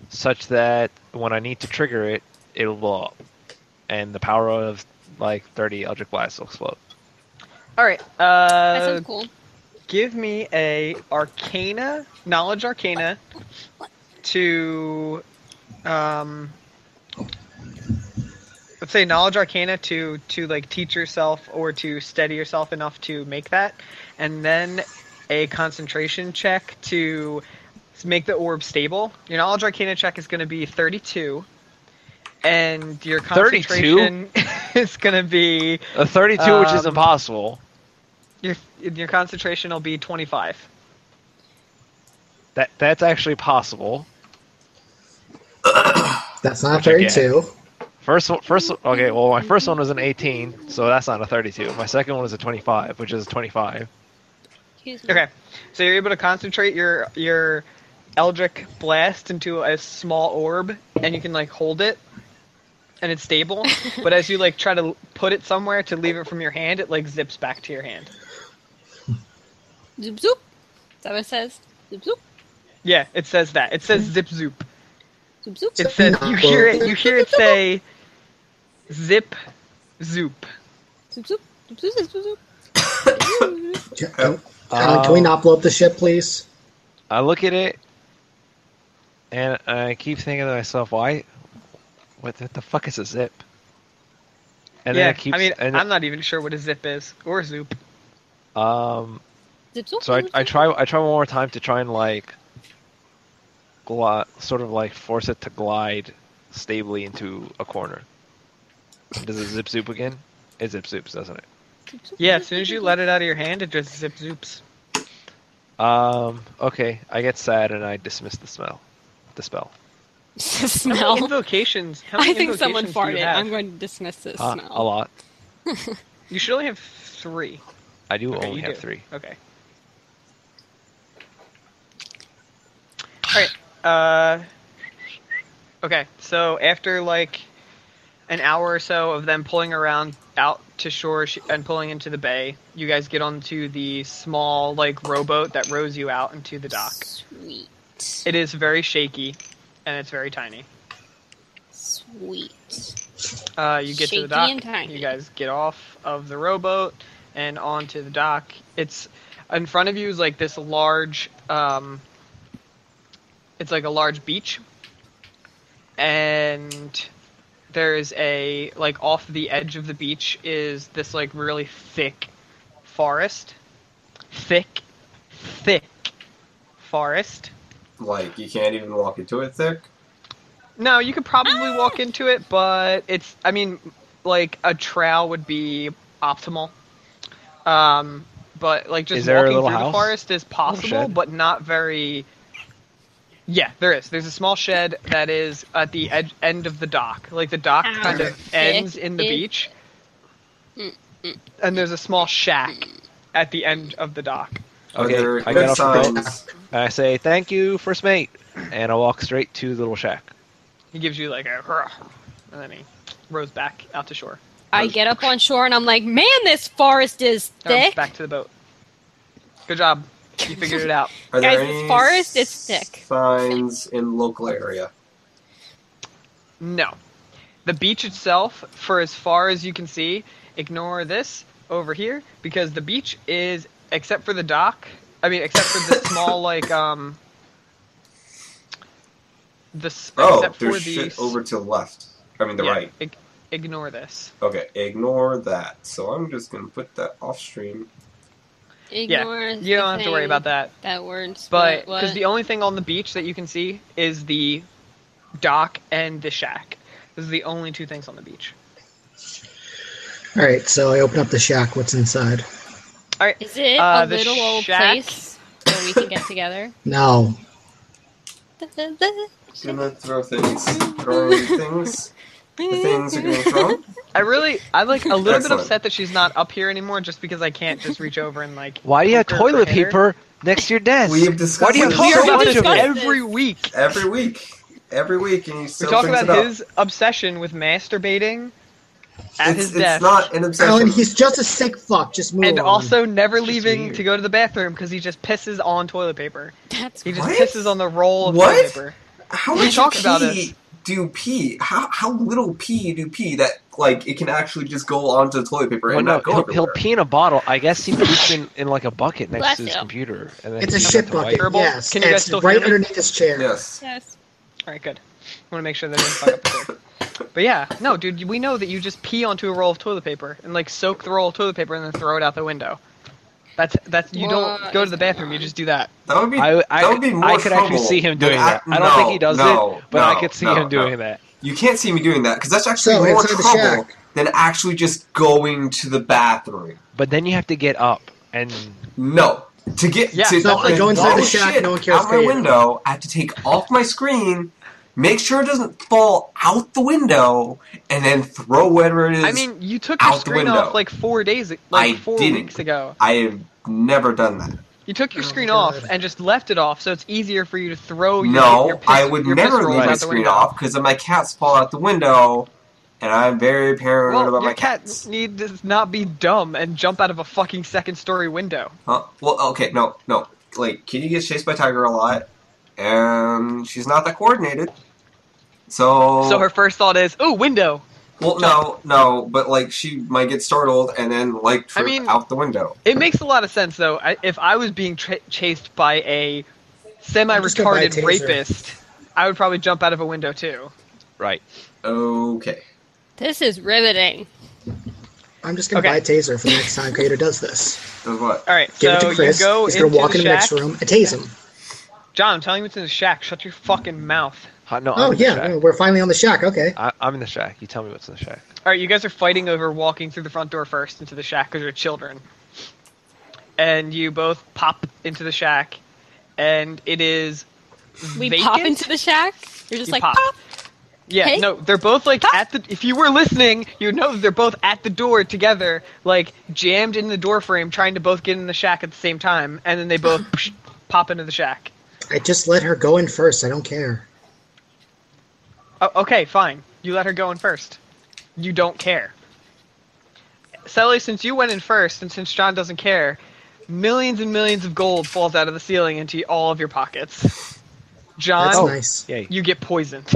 S4: such that when I need to trigger it, it'll blow up, and the power of like 30 Eldritch Blasts will explode.
S3: All right.
S5: That
S3: Uh,
S5: sounds cool.
S3: give me a Arcana knowledge Arcana to um let's say knowledge arcana to to like teach yourself or to steady yourself enough to make that and then a concentration check to make the orb stable your knowledge arcana check is going to be 32 and your
S4: 32?
S3: concentration is going to be
S4: A 32, which is
S3: Um,
S4: impossible.
S3: your your concentration will be 25
S4: That that's actually possible.
S1: That's not
S4: Which I get.
S1: 32.
S4: First one, first one- okay. Well, my first one was an 18, so that's not a 32. My second one was a 25, which is a 25.
S5: Excuse me.
S3: Okay, so you're able to concentrate your your Eldric blast into a small orb, and you can like hold it, and it's stable. but as you like try to put it somewhere to leave it from your hand, it like zips back to your hand.
S5: Zoop, zoop. Is that what it says? Zoop, zoop.
S3: Yeah, it says that. It says zip zoop.
S5: Zoop, zoop.
S3: It says you hear it. You hear it say zip zoop.
S5: Zoop, zoop. Zoop, zoop, zoop, zoop. zoop.
S1: Can, can- Alan, can we
S3: Uh,
S4: Um,
S1: not blow up the ship, please?
S4: I look at it, and I keep thinking to myself, why, What, what the fuck is a zip? And
S3: yeah,
S4: then it keeps.
S3: I mean,
S4: and,
S3: I'm not even sure what a zip is or a zoop.
S4: um,
S5: Zip,
S4: so I, I try I try one more time to try and like gli sort of like force it to glide stably into a corner. Does it zip zoop again? It zip zoops, doesn't it?
S3: Yeah, as soon as you let it out of your hand, it just zip zoops.
S4: Um, okay, I get sad and I dismiss the smell. The spell.
S3: How many
S5: smell.
S3: invocations? How many
S5: I think someone
S3: invocations do you
S5: farted.
S3: have?
S5: I'm going to dismiss this
S4: Uh,
S5: smell.
S4: a lot.
S3: You should only have three.
S4: I do
S3: Okay,
S4: only
S3: you
S4: have
S3: do.
S4: three.
S3: Okay. All right. Uh, okay. So after like an hour or so of them pulling around out to shore sh- and pulling into the bay, you guys get onto the small like rowboat that rows you out into the dock.
S5: Sweet.
S3: It is very shaky, and it's very tiny.
S5: Sweet.
S3: Uh, you get to
S5: Shaky
S3: the dock.
S5: and tiny.
S3: You guys get off of the rowboat and onto the dock. It's in front of you is like this large. Um, it's like a large beach, and there is a like off the edge of the beach is this like really thick forest, thick, thick forest.
S2: Like you can't even walk into it thick.
S3: No, you could probably walk into it, but it's. I mean, like a trowel would be optimal. Um, but like just
S4: Is there a
S3: walking
S4: little
S3: through the
S4: house? Oh,
S3: forest is possible,
S4: shed?
S3: but not very. Yeah, there is. There's a small shed that is at the edge end of the dock. Like the dock kind
S5: Outer
S3: of ends in the
S5: thick.
S3: beach, and there's a small shack at the end of the dock.
S2: Are
S4: Okay,
S2: there
S4: I got
S2: good
S4: off the boat.
S2: signs?
S4: And I say, thank you, first mate. And I walk straight to the little shack.
S3: He gives you like a, and then he rows back out to shore.
S5: I get up on shore and I'm like, man, this forest is
S3: Um,
S5: thick.
S3: Back to the boat. Good job. You figured it out.
S2: Are there
S5: Guys, it's
S2: any
S5: forest, it's thick.
S2: Signs in local area.
S3: No. The beach itself, for as far as you can see, ignore this over here because the beach is, except for the dock, I mean, except for the small, like, um, the, s-
S2: Oh,
S3: except for
S2: there's
S3: the,
S2: shit
S3: s-
S2: over to the left. I mean the
S3: yeah,
S2: right.
S3: ig- ignore this.
S2: Okay, ignore that. So I'm just gonna put that off stream.
S5: Ignore
S3: yeah, you don't have to worry about that.
S5: That word.
S3: But
S5: what-
S3: because the only thing on the beach that you can see is the dock and the shack. This is the only two things on the beach.
S1: All right, so I open up the shack. What's inside?
S3: All right.
S5: is it
S3: uh,
S5: a
S3: the
S5: little old
S3: shack-
S5: place where we can get together?
S1: No.
S2: Gonna throw things. Throwing things. The things are gonna throw.
S3: I really, I'm like a little bit
S2: Excellent.
S3: upset that she's not up here anymore, just because I can't just reach over and like.
S4: Why do you have
S3: poke her for
S4: toilet
S3: hair.
S4: paper next to your desk?
S2: We've discussed
S4: Why do you
S2: this
S4: talk
S3: We are
S4: so
S3: about
S4: much
S3: this
S4: of
S5: discussing-
S4: it?
S3: every week.
S2: every week. Every week and you
S3: We
S2: still
S3: talk
S2: brings
S3: about
S2: it up.
S3: his obsession with masturbating at
S2: it's,
S3: his
S2: it's
S3: desk,
S2: not an obsession.
S1: Alan, he's just a sick fuck. Just move
S3: and
S1: on.
S3: also never leaving
S4: weird.
S3: to go to the bathroom because he just pisses on toilet paper.
S5: That's
S3: He just
S2: What?
S3: pisses on the roll of
S2: What?
S3: toilet paper.
S2: How
S3: We
S2: much
S3: talk
S2: pee
S3: about
S2: do pee? How how little pee do pee that like it can actually just go onto the toilet paper
S4: Well,
S2: and
S4: no,
S2: not go
S4: he'll, he'll
S2: everywhere?
S4: pee in a bottle. I guess he poops in, in like a bucket next
S5: Bless
S4: to his
S5: you.
S4: computer. And then
S1: it's a
S4: he
S1: shit
S4: has to wipe.
S1: bucket.
S3: Terrible.
S1: Yes,
S3: Can you guys
S1: it's
S3: still
S1: right
S3: hear me?
S1: underneath his chair.
S2: Yes.
S5: Yes.
S3: All right, good. I want to make sure that I didn't fuck up the paper. But yeah, no, dude, we know that you just pee onto a roll of toilet paper and like soak the roll of toilet paper and then throw it out the window. That's that's you don't
S5: What
S3: go to
S5: is
S3: the
S5: going
S3: bathroom. You
S5: on?
S3: just do that.
S2: That would be
S4: I, I,
S2: that would be more
S4: I could actually
S2: trouble
S4: see him
S2: than
S4: doing that. I don't
S2: no,
S4: think he does
S2: no,
S4: it, but
S2: no,
S4: I could see
S2: no,
S4: him doing
S2: no.
S4: that.
S2: You can't see me doing that because that's actually
S1: So,
S2: more
S1: inside the
S2: trouble
S1: shack.
S2: than actually just going to the bathroom.
S4: But then you have to get up and
S2: No. To get
S3: Yeah,
S2: to
S3: so
S2: like,
S1: I go inside
S2: blow
S1: the shack,
S2: shit
S1: no one cares
S2: out
S1: for
S2: my
S1: you.
S2: window. I have to take off my screen, make sure it doesn't fall out the window, and then throw whatever it is.
S3: I mean, you took your
S2: out the
S3: screen
S2: window.
S3: off like four days, like
S2: I
S3: 4
S2: didn't.
S3: weeks ago.
S2: I have never done that.
S3: You took your
S1: Oh my
S3: screen
S1: God.
S3: off and just left it off, so it's easier for Oh, you to throw your,
S2: no,
S3: your piss,
S2: I would
S3: your
S2: never
S3: piss rolls
S2: leave my
S3: out the
S2: screen
S3: window.
S2: off because my cats fall out the window, and I'm very paranoid
S3: Well,
S2: about
S3: your
S2: my
S3: cat
S2: cats.
S3: need to not be dumb and jump out of a fucking second story window.
S2: Huh? Well, okay, no, no. Like, Kitty gets chased by Tiger a lot, and she's not that coordinated. So,
S3: So her first thought is, "Ooh, window."
S2: well, no, no, but like she might get startled and then like
S3: I
S2: trip
S3: mean-
S2: out the window.
S3: It makes a lot of sense, though. I, if I was being tra- chased by a
S1: just gonna buy a
S3: semi-retarded
S1: taser.
S3: rapist, I would probably jump out of a window too.
S4: Right.
S2: Okay.
S5: This is riveting.
S1: I'm just gonna
S3: Okay.
S1: buy a taser for the next time Kaito does this.
S2: Does what?
S3: All right,
S1: Give
S3: so
S1: it to Chris.
S3: you go
S1: He's gonna
S3: into
S1: walk
S3: the
S1: in the
S3: shack.
S1: next room and tase him.
S3: John, I'm telling you, it's in the shack. Shut your fucking mouth.
S4: Huh, no, I'm
S1: Oh
S4: in the
S1: yeah,
S4: shack.
S1: no, we're finally on the shack. Okay.
S4: I, I'm in the shack. You tell me what's in the shack.
S3: All right, you guys are fighting over walking through the front door first into the shack because you're children. And you both pop into the shack, and it is.
S5: We
S3: vacant?
S5: pop into the shack. You're just
S3: You
S5: like,
S3: pop.
S5: pop.
S3: Yeah,
S5: Hey.
S3: no, they're both like at the. If you were listening, you know that they're both at the door together, like jammed in the door frame, trying to both get in the shack at the same time, and then they both psh, pop into the shack.
S1: I just let her go in first. I don't care.
S3: Oh, okay, fine. You let her go in first. You don't care. Sally, since you went in first, and since John doesn't care, millions and millions of gold falls out of the ceiling into all of your pockets. John,
S1: That's
S4: Oh,
S1: nice.
S4: Yay.
S3: you get poisoned.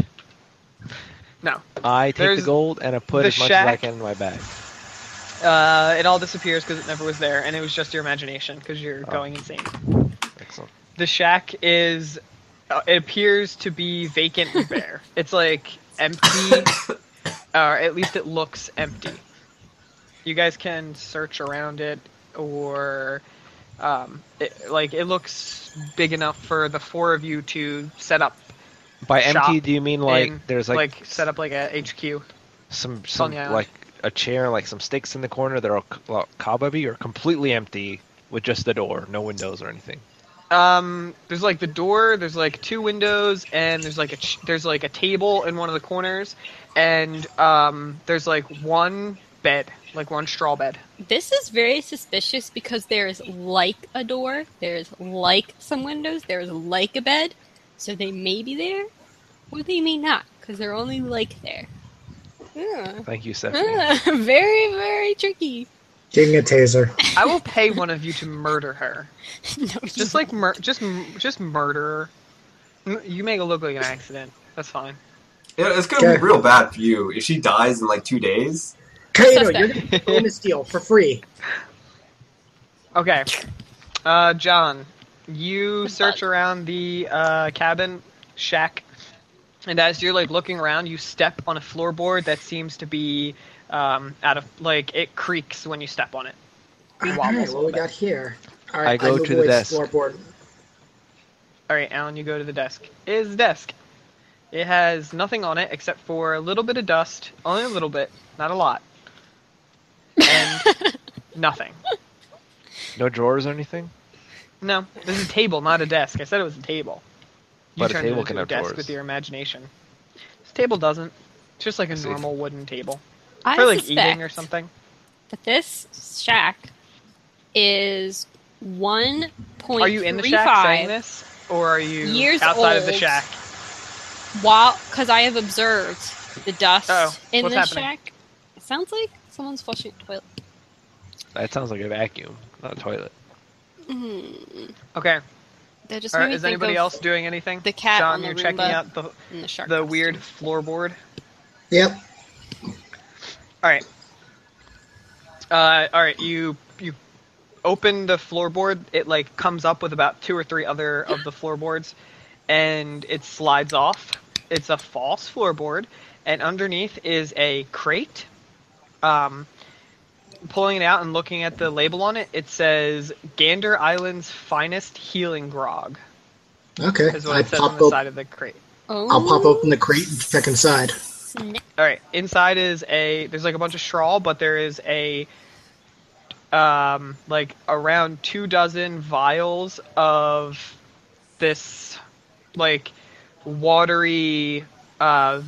S3: No,
S4: I take
S3: There's
S4: the gold and I put
S3: the
S4: as much as I
S3: shack.
S4: can in my bag.
S3: Uh, it all disappears because it never was there, and it was just your imagination because you're
S4: Oh.
S3: going insane.
S4: Excellent.
S3: The shack is, uh, it appears to be vacant and bare. it's like empty, or at least it looks empty. You guys can search around it, or um, it, like it looks big enough for the four of you to set up.
S4: By
S3: Shop
S4: empty, do you mean like
S3: in-
S4: there's like,
S3: set up like a HQ.
S4: some some
S3: the island.
S4: like a chair, like some sticks in the corner that are c- like, cobwebby or completely empty with just the door, no windows or anything?
S3: Um, there's like the door. There's like two windows, and there's like a ch- there's like a table in one of the corners, and um, there's like one bed, like one straw bed.
S5: This is very suspicious because there is like a door, there is like some windows, there is like a bed, so they may be there, or they may not, because they're only like there. Yeah.
S4: Thank you, Stephanie.
S5: Ah, very, very tricky.
S1: Give me a taser.
S3: I will pay one of you to murder her.
S5: no,
S3: Just like mur- just m- just murder. her. M- You make it look like an accident. That's fine.
S2: It, it's gonna
S1: Okay.
S2: be real bad for you if she dies in like two days.
S1: Kaito,
S5: Suspect.
S1: you're gonna get a bonus deal for free.
S3: Okay, uh, John, you
S5: The
S3: search
S5: bug.
S3: around the uh, cabin shack, and as you're like looking around, you step on a floorboard that seems to be um, out of like it creaks when you step on it.
S1: All
S3: wobbles
S1: right,
S3: a
S1: what we
S3: little
S1: got here? All right,
S4: I go
S1: move
S4: to the
S1: away
S4: desk.
S1: Floorboard.
S3: All right, Alan, you go to the desk. It is a desk. It has nothing on it except for a little bit of dust, only a little bit, not a lot, and nothing.
S4: No drawers or anything.
S3: No, this is a table, not a desk. I said it was a table. You
S4: But a
S3: turned
S4: table
S3: it
S4: can
S3: into a
S4: have
S3: desk
S4: drawers.
S3: with your imagination. This table doesn't. It's just like a
S4: see.
S3: normal wooden table.
S5: I
S3: For like
S5: suspect
S3: eating or something.
S5: that this shack is one point
S3: Are you in the shack saying this? Or are you
S5: years
S3: outside of the
S5: old.
S3: shack?
S5: While, because I have observed the dust
S3: Uh-oh.
S5: in
S3: Oh, What's
S5: the
S3: happening?
S5: shack. It sounds like someone's flushing a toilet.
S4: That sounds like a vacuum, not a toilet.
S5: Mm,
S3: Okay.
S5: that just
S3: All
S5: made
S3: right,
S5: me
S3: is
S5: think
S3: anybody
S5: of
S3: else doing anything?
S5: the cat
S3: John,
S5: on the
S3: you're checking
S5: Roomba
S3: out the
S5: and the shark.
S3: the
S5: costume.
S3: weird floorboard.
S1: Yep.
S3: All right. Uh, all right, you you open the floorboard. It like comes up with about two or three other of the floorboards, and it slides off. It's a false floorboard, and underneath is a crate. Um, pulling it out and looking at the label on it, it says Gander Island's finest healing grog.
S1: Okay.
S3: Is what
S1: I
S3: it says on
S1: pop
S3: the
S1: open.
S3: side of the crate.
S5: Oh,
S1: I'll pop open the crate and check inside.
S5: snap.
S3: All right, inside is a there's like a bunch of straw, but there is a um like around two dozen vials of this like watery uh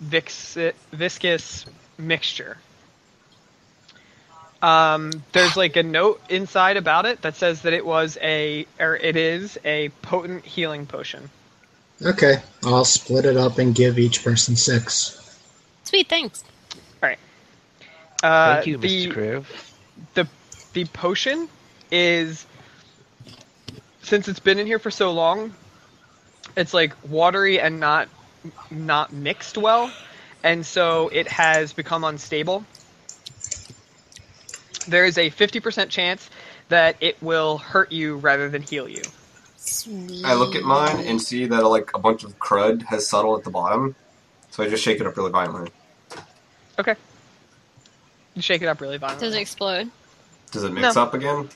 S3: vix- viscous mixture. Um, there's like a note inside about it that says that it was a or it is a potent healing potion.
S1: Okay. I'll split it up and give each person six.
S5: Sweet, thanks.
S3: Uh,
S4: Thank you,
S3: the-
S4: Mr. Criv.
S3: the the potion is since it's been in here for so long, it's like watery and not not mixed well, and so it has become unstable. There is a 50% chance that it will hurt you rather than heal you.
S5: Sweet.
S2: I look at mine and see that like a bunch of crud has settled at the bottom, So I just shake it up really violently.
S3: Okay. You shake it up really violently.
S5: Does it explode?
S2: Does it mix
S3: No.
S2: up again?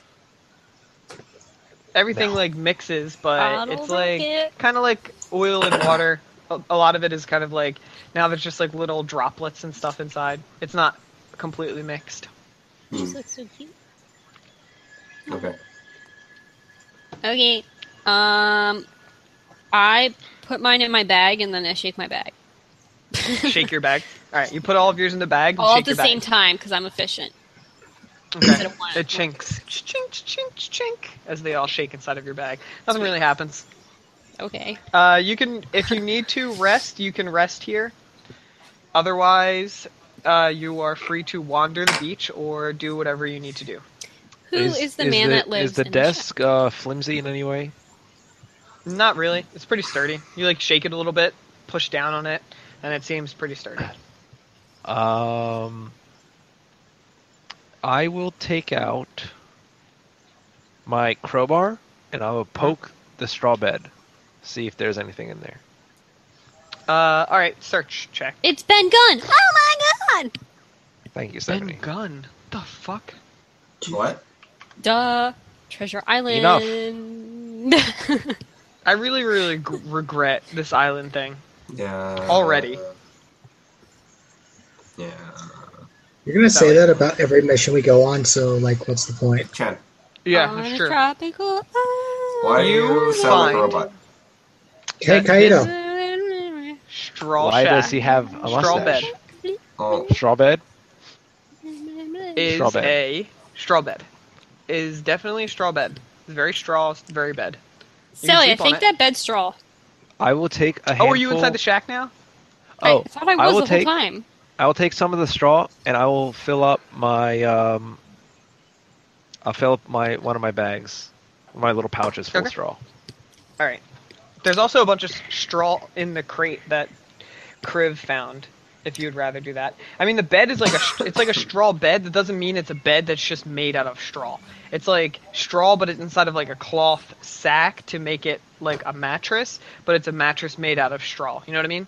S3: Everything
S4: No.
S3: like mixes, but
S5: Bottle
S3: it's like
S5: rocket.
S3: kind of like oil and water. A a lot of it is kind of like now there's just like little droplets and stuff inside. It's not completely mixed.
S5: She just
S2: Hmm.
S5: looks so cute.
S2: Okay.
S5: Okay. Um, I put mine in my bag and then I shake my bag.
S3: Shake your bag. All right, you put all of yours in the bag. and
S5: All at
S3: shake
S5: the
S3: your
S5: same
S3: bag.
S5: time because I'm efficient.
S3: Okay.
S5: Instead of one.
S3: It chinks, chink, chink, chink, as they all shake inside of your bag. Nothing really happens.
S5: Okay.
S3: Uh, you can, if you need to rest, you can rest here. Otherwise, uh, you are free to wander the beach or do whatever you need to do.
S5: Who is, the man that lives
S4: Is the
S5: in
S4: desk uh, flimsy in any way?
S3: Not really. It's pretty sturdy. You like shake it a little bit, push down on it, and it seems pretty sturdy.
S4: Um, I will take out my crowbar and I will poke the straw bed, see if there's anything in there.
S3: Uh, all right, search check.
S5: It's Ben Gunn. Oh my god!
S4: Thank you,
S3: Ben
S4: Stephanie.
S3: Gunn. The fuck?
S2: What?
S5: Duh. Treasure Island.
S3: I really, really g- regret this island thing.
S2: Yeah.
S3: Already.
S2: Yeah.
S1: You're gonna say that about every mission we go on, so like, what's the point?
S2: Chen,
S3: Yeah,
S5: On
S3: that's
S5: a
S3: true.
S5: tropical island.
S2: why are
S3: You
S2: you, selling
S3: find-
S2: a robot?
S1: Hey,
S3: That
S1: Kaido,
S3: Straw
S4: Why
S3: Shack
S4: does he have a mustache?
S3: Straw bed.
S2: Oh,
S4: Straw bed?
S3: is
S4: Straw bed.
S3: a straw bed. Is definitely a straw bed. It's very straw, very bed. You can
S5: Sally, I
S3: sleep on
S5: think
S3: it.
S5: that bed's straw.
S4: I will take a handful.
S3: Oh, are you inside the shack now?
S4: Oh,
S5: I thought I
S4: I
S5: was
S4: will
S5: the
S4: take-
S5: whole time.
S4: I will take some of the straw and I will fill up my um. I'll fill up my one of my bags, my little pouches full
S3: Okay.
S4: of straw.
S3: All right. There's also a bunch of straw in the crate that Kriv found. If you'd rather do that, I mean, the bed is like a it's like a straw bed. That doesn't mean it's a bed that's just made out of straw. It's like straw, but it's inside of like a cloth sack to make it like a mattress. But it's a mattress made out of straw. You know what I mean?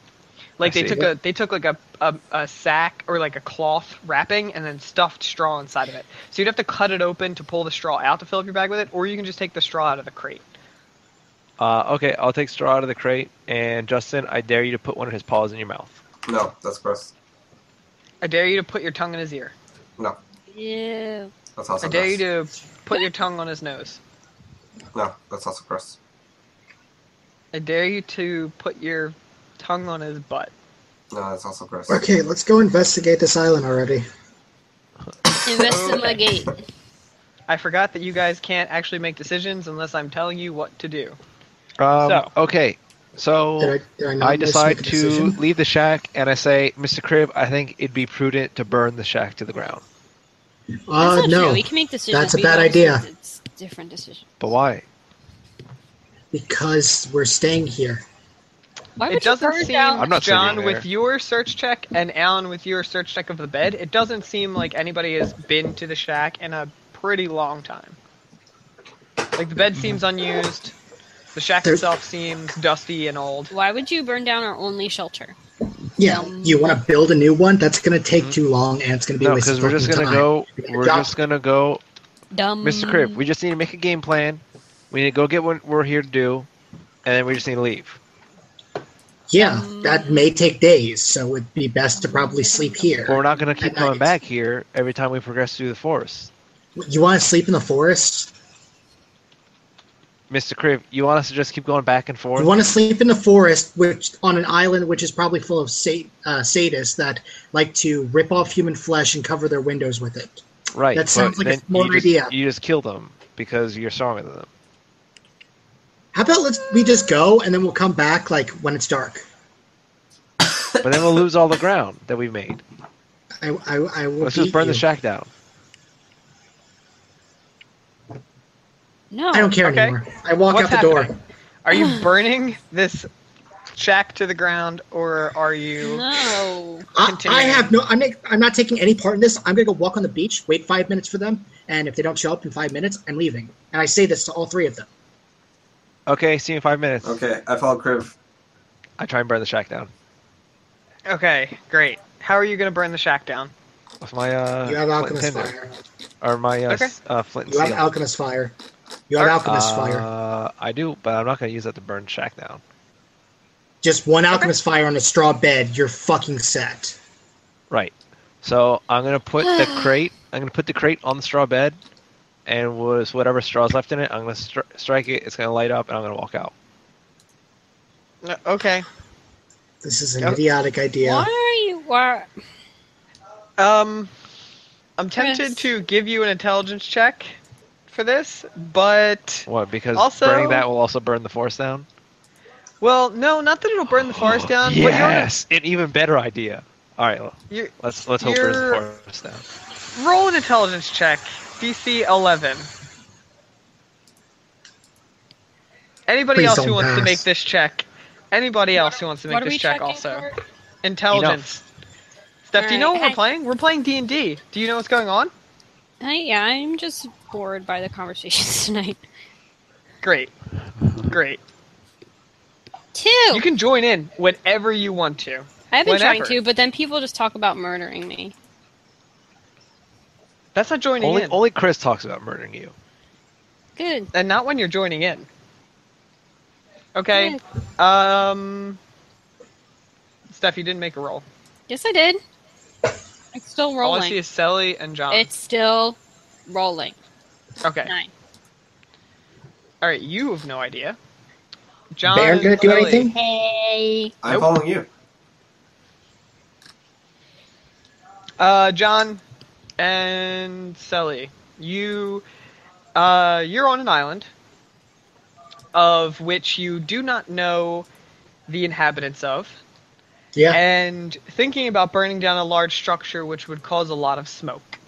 S3: Like
S4: I
S3: they
S4: see.
S3: took a they took like a, a a sack or like a cloth wrapping and then stuffed straw inside of it. So you'd have to cut it open to pull the straw out to fill up your bag with it, or you can just take the straw out of the crate.
S4: Uh, okay, I'll take straw out of the crate, and Justin, I dare you to put one of his paws in your mouth.
S2: no, that's gross.
S3: I dare you to put your tongue in his ear.
S2: No,
S5: Ew.
S2: that's also
S3: I dare
S2: gross.
S3: you to put your tongue on his nose.
S2: No, that's also gross.
S3: I dare you to put your tongue on his butt.
S2: No, that's also gross.
S1: okay, let's go investigate this island already. Uh,
S5: Investigate.
S3: I forgot that you guys can't actually make decisions unless I'm telling you what to do.
S4: Um,
S3: So-
S4: okay,
S1: Did I,
S4: so
S1: did I
S4: I,
S1: not miss
S4: decide
S1: make
S4: to
S1: a decision?
S4: leave the shack, and I say, Mr. Crib, I think it'd be prudent to burn the shack to the ground.
S1: Uh,
S5: That's not
S1: no,
S5: true. We can make decisions.
S1: That's a
S5: We
S1: bad
S5: always
S1: idea.
S5: think It's different decision.
S4: But why?
S1: because we're staying here.
S5: Why would
S3: It doesn't
S5: you burn
S3: seem,
S5: down?
S4: I'm not sitting
S3: John,
S4: there.
S3: with your search check and Alan with your search check of the bed, it doesn't seem like anybody has been to the shack in a pretty long time. Like, the bed seems unused. The shack
S1: There's-
S3: itself seems dusty and old.
S5: Why would you burn down our only shelter?
S1: Yeah, you want to build a new one? That's gonna take too long, and it's gonna be a
S4: Um, Mm-hmm. No,
S1: waste
S4: because
S1: of
S4: we're just
S1: fucking
S4: gonna
S1: time.
S4: go. We're
S1: John-
S4: just gonna go
S5: Dumb.
S4: Mr. Crib, we just need to make a game plan. We need to go get what we're here to do, and then we just need to leave.
S1: Yeah,
S4: Um,
S1: that may take days, so it'd be best to probably sleep
S4: But we're
S1: here.
S4: not going to keep
S1: Nice.
S4: coming back here every time we progress through the forest.
S1: You want to sleep in the forest?
S4: Mr. Crib, you want us to just keep going back and forth?
S1: You want to sleep in the forest, which on an island which is probably full of sa- uh, sadists that like to rip off human flesh and cover their windows with it.
S4: right.
S1: that
S4: but
S1: sounds like a
S4: then
S1: smart
S4: you just,
S1: idea.
S4: You just kill them because you're stronger than them.
S1: How about let's we just go and then we'll come back like when it's dark.
S4: But then we'll lose all the ground that we made.
S1: I I, I will
S4: Let's just
S1: beat
S4: burn the
S1: you.
S4: shack down.
S5: No.
S1: I don't care
S3: Okay.
S1: anymore. I walk
S3: What's
S1: out the door.
S3: happening? Are you burning this shack to the ground, or are you?
S5: No.
S1: I,
S3: Continue.
S1: I have no. I'm not, I'm not taking any part in this. I'm gonna go walk on the beach, wait five minutes for them, and if they don't show up in five minutes, I'm leaving. And I say this to all three of them.
S4: Okay, see you in five minutes.
S2: Okay, I follow Kriv.
S4: I try and burn the shack down.
S3: Okay, great. How are you gonna burn the shack down?
S4: With my uh,
S1: You have
S4: flint
S1: alchemist
S4: tinder.
S1: fire.
S4: or my uh,
S3: Okay.
S4: s- uh, flint and
S1: You have
S4: steel.
S1: alchemist fire. You have alchemist fire.
S4: Uh, I do, but I'm not going to use that to burn shack down.
S1: Just one alchemist fire on a straw bed. You're fucking set.
S4: Right. So I'm going to put the crate. I'm going to put the crate on the straw bed, and was whatever straw's left in it, I'm going to stri- strike it. It's going to light up, and I'm going to walk out.
S3: No, okay.
S1: This is an
S3: Yep.
S1: idiotic idea.
S5: Why are you? Why?
S3: Um, I'm tempted
S5: Yes.
S3: to give you an intelligence check for this, but
S4: What? Because
S3: Also-
S4: burning that will also burn the forest down.
S3: well, no, not that it'll burn the forest down.
S4: yes, an even better idea. All right,
S3: But you're,
S4: let's let's hope burns
S3: You're-
S4: the forest down.
S3: you're roll an intelligence check, DC 11. Anybody
S1: Please
S3: else
S1: don't
S3: who wants to
S1: pass.
S3: make this check? Anybody else who wants to
S5: what
S3: make
S5: are
S3: this
S5: we
S3: check
S5: checking
S3: also?
S5: for?
S3: Intelligence. Steph, do you know
S5: Alright,
S3: what we're
S5: I-
S3: playing? We're playing D and D. Do you know what's going on?
S5: I, yeah, I'm just bored by the conversations tonight.
S3: Great, great.
S5: Two.
S3: You can join in whenever you want to.
S5: I've been trying
S3: whenever.
S5: to, but then people just talk about murdering me.
S3: That's not joining
S4: Only
S3: in,
S4: only Chris talks about murdering you.
S5: Good.
S3: and not when you're joining in. Okay.
S5: Good.
S3: Um. Steph, you didn't make a roll.
S5: Yes, I did. It's still
S3: All I see
S5: rolling.
S3: is Sally and John.
S5: It's still rolling.
S3: okay.
S5: Nine.
S3: All right, you have no idea. John.
S1: Baron
S3: and
S1: gonna do
S3: Lily.
S1: anything?
S5: Hey.
S2: I'm
S3: Nope.
S2: following you.
S3: Uh, John and Sally, you uh, you're on an island of which you do not know the inhabitants of,
S1: Yeah.
S3: and thinking about burning down a large structure which would cause a lot of smoke.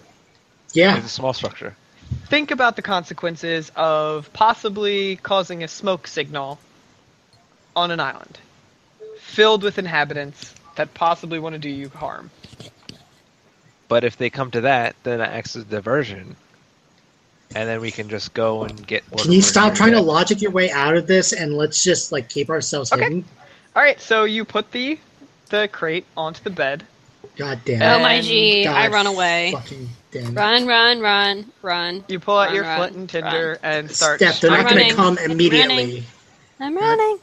S1: Yeah.
S4: It's a small structure.
S3: Think about the consequences of possibly causing a smoke signal on an island filled with inhabitants that possibly want to do you harm.
S4: But if they come to that, then that acts as a diversion, and then we can just go and get.
S1: Can you stop trying to
S4: lie?
S1: logic your way out of this and let's just like keep ourselves
S3: Okay.
S1: hidden?
S3: All right, so you put the the crate onto the bed.
S1: God damn.
S5: Oh
S1: it.
S5: my
S3: And
S5: g!
S1: God
S5: I run away.
S1: Fucking damn. it.
S5: Run, run, run, run.
S3: You pull out
S5: Run,
S3: your
S5: run,
S3: flint and tinder and start.
S1: Steph, they're
S5: I'm
S1: not going to
S5: running.
S1: come
S5: I'm
S1: immediately.
S5: running. I'm running.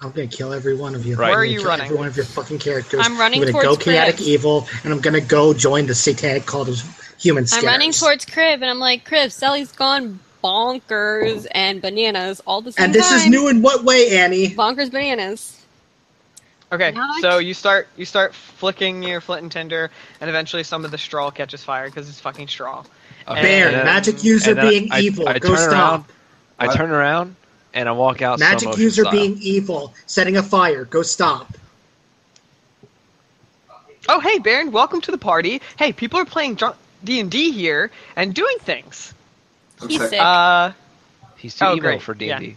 S1: I'm going to kill every one of you.
S4: Right.
S1: I'm
S3: Where are
S1: gonna
S3: you
S1: kill
S3: running?
S1: Every one of your fucking characters.
S5: I'm running
S1: I'm gonna go
S5: towards
S1: chaotic
S5: Chris.
S1: evil, and I'm going to go join the satanic cult of human scares.
S5: I'm running towards Crib, and I'm like, Crib, Sally's gone bonkers and bananas all the same
S1: And this is
S5: time.
S1: new in what way, Annie?
S5: Bonkers bananas.
S3: Okay,
S5: Not-
S3: so you start you start flicking your flint and tinder, and eventually some of the straw catches fire because it's fucking straw.
S4: Okay,
S1: Bear,
S4: and then-
S1: magic user
S4: and then
S1: being
S4: I-
S1: evil.
S4: I
S1: go
S4: turn
S1: stop.
S4: around- I
S2: What?
S4: turn around and I walk out. slow
S1: Magic
S4: motion
S1: user
S4: style.
S1: being evil, setting a fire. Go stop.
S3: Oh hey, Baron, welcome to the party. Hey, people are playing D and D here and doing things.
S2: I'm
S5: He's
S2: sick.
S5: sick.
S3: Uh,
S4: He's too
S3: Oh,
S4: evil
S3: great,
S4: for D and D.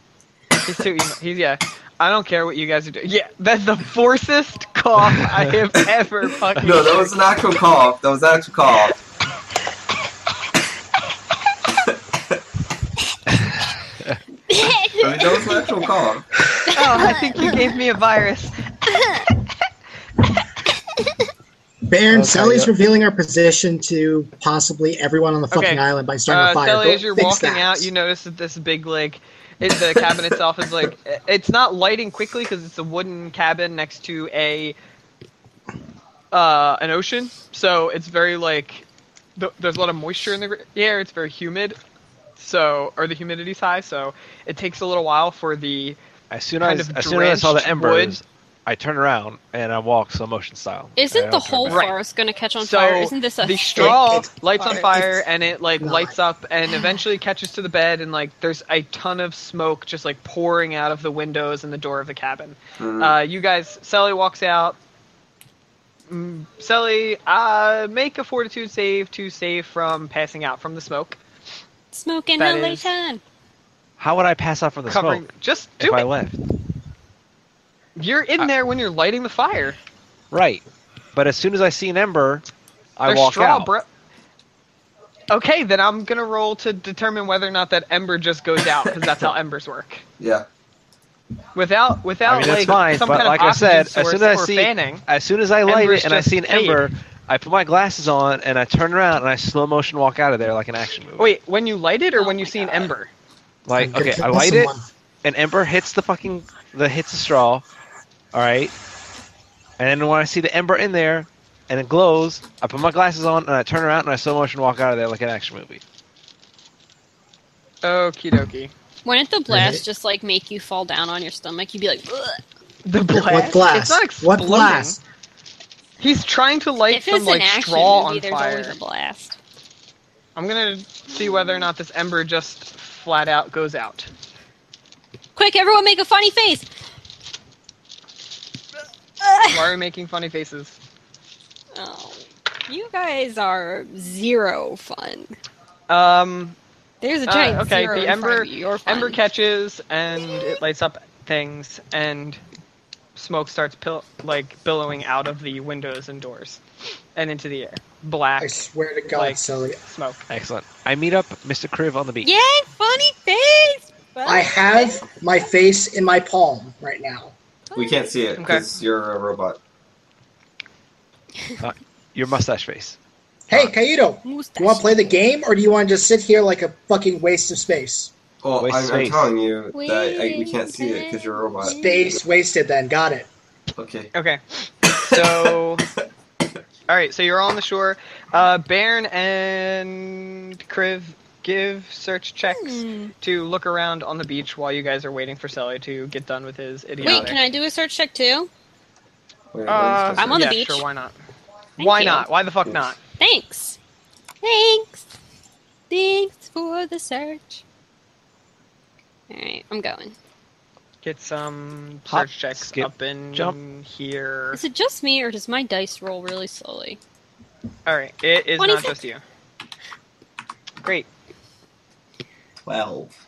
S3: he's too emo- he's yeah. I don't care what you guys are doing. Yeah, that's the forcest cough I have ever fucking.
S2: No, that was an actual call. That was an actual call. I mean, that was an actual call.
S3: Oh, I think you gave me a virus.
S1: Baron,
S4: Okay,
S1: Sally's
S4: yeah.
S1: revealing our position to possibly everyone on the fucking
S3: Okay.
S1: island by starting a
S3: uh,
S1: fire.
S3: Sally,
S1: Go
S3: as you're
S1: fix
S3: walking
S1: that.
S3: out, you notice that this big like, it, the cabin itself is like, it's not lighting quickly because it's a wooden cabin next to a, uh, an ocean. So it's very like, th- there's a lot of moisture in the gr- air. It's very humid. So, or the humidity's high, so it takes a little while for the.
S4: As soon
S3: kind
S4: as
S3: of
S4: as soon as I saw the
S3: drenched
S4: embers, I turn around and I walk slow motion style. And I
S5: Isn't the
S4: don't turn
S5: whole
S4: back.
S3: Right.
S5: forest going to catch on
S3: so
S5: fire? Isn't this a
S3: the
S5: thick
S3: straw
S1: It- it-
S3: lights on
S1: it-
S3: fire
S1: it's
S3: and it like
S1: not.
S3: lights up and eventually catches to the bed and like there's a ton of smoke just like pouring out of the windows and the door of the cabin.
S2: Mm.
S3: Uh, you guys, Sally walks out. Mm, Sally, uh, make a fortitude save to save from passing out from the smoke.
S5: smoke
S3: That is-
S5: inhalation?
S4: How would I pass out from the
S3: Covering,
S4: smoke
S3: just
S4: if
S3: do
S4: I
S3: it.
S4: left?
S3: You're in
S4: I-
S3: there when you're lighting the fire.
S4: Right. But as soon as I see an ember, I
S3: There's
S4: walk
S3: straw,
S4: out.
S3: bro. Okay, then I'm gonna roll to determine whether or not that ember just goes out because that's how embers work.
S2: Yeah.
S3: Without without
S4: I mean, that's
S3: like
S4: fine,
S3: some
S4: but
S3: kind
S4: like
S3: of
S4: I said,
S3: oxygen
S4: as soon
S3: source
S4: as I
S3: or
S4: see-
S3: fanning.
S4: As soon as I light
S3: Ember's
S4: it and I
S3: just
S4: see an
S3: fade.
S4: ember, I put my glasses on and I turn around and I slow motion walk out of there like an action movie.
S3: Wait, when you light it or
S5: Oh
S3: when you
S5: my
S3: see
S5: God.
S3: an ember?
S4: like
S1: I'm gonna
S4: okay,
S1: kill
S4: I light it,
S1: someone.
S4: an ember hits the fucking the hits the straw, all right. And then when I see the ember in there and it glows, I put my glasses on and I turn around and I slow motion walk out of there like an action movie.
S3: Okie dokie.
S5: Wouldn't the blast
S1: Right.
S5: just like make you fall down on your stomach? You'd be like, Ugh.
S3: The
S1: What
S3: blast. It's
S1: blast?
S3: not
S1: what
S3: exploding.
S1: blast?
S3: He's trying to light
S5: if
S3: some
S5: it's
S3: like
S5: an action
S3: straw
S5: movie,
S3: on
S5: there's
S3: fire.
S5: always a blast.
S3: I'm gonna see whether or not this ember just flat out goes out.
S5: Quick, everyone make a funny face.
S3: Why are you making funny faces?
S5: Oh, you guys are zero fun.
S3: Um,
S5: There's a
S3: Uh,
S5: giant
S3: okay,
S5: zero
S3: the
S5: in front
S3: ember-
S5: of you. You're fine.
S3: ember catches and it lights up things, and smoke starts pil- like billowing out of the windows and doors, and into the air. Black
S1: I swear to God,
S3: Like-
S1: Sully.
S3: smoke.
S4: Excellent. I meet up Mr. Kriv on the beach.
S5: Yay, funny face.
S1: I have my face in my palm right now.
S2: We can't see it
S3: Okay.
S2: because you're a robot.
S4: Your mustache face.
S1: Hey, Kaido,
S5: Mustache.
S1: you want to play the game, or do you want to just sit here like a fucking waste of space?
S2: Well,
S4: Waste
S2: I'm, I'm
S4: space.
S2: telling you
S5: Wait
S2: that I, we
S5: a
S2: can't see it because you're a robot.
S1: Space wasted. Then got it.
S2: Okay.
S3: Okay. So, all right. So you're on the shore. Uh, Bairn and Kriv give search checks
S5: Hmm.
S3: to look around on the beach while you guys are waiting for Sally to get done with his idiotic.
S5: Wait, can I do a search check too?
S2: Wait,
S3: Uh,
S2: what is this?
S5: I'm on the
S3: yeah,
S5: beach.
S3: Sure, why not?
S5: Thank
S3: why
S5: you.
S3: not? Why the fuck
S2: Yes.
S3: not?
S5: Thanks. Thanks. Thanks for the search. Alright, I'm going.
S3: Get some
S4: Hop,
S3: search checks
S4: skip,
S3: up in
S4: jump.
S3: here.
S5: Is it just me or does my dice roll really slowly?
S3: All right, it is not
S5: 26.
S3: just you. Great.
S2: Twelve.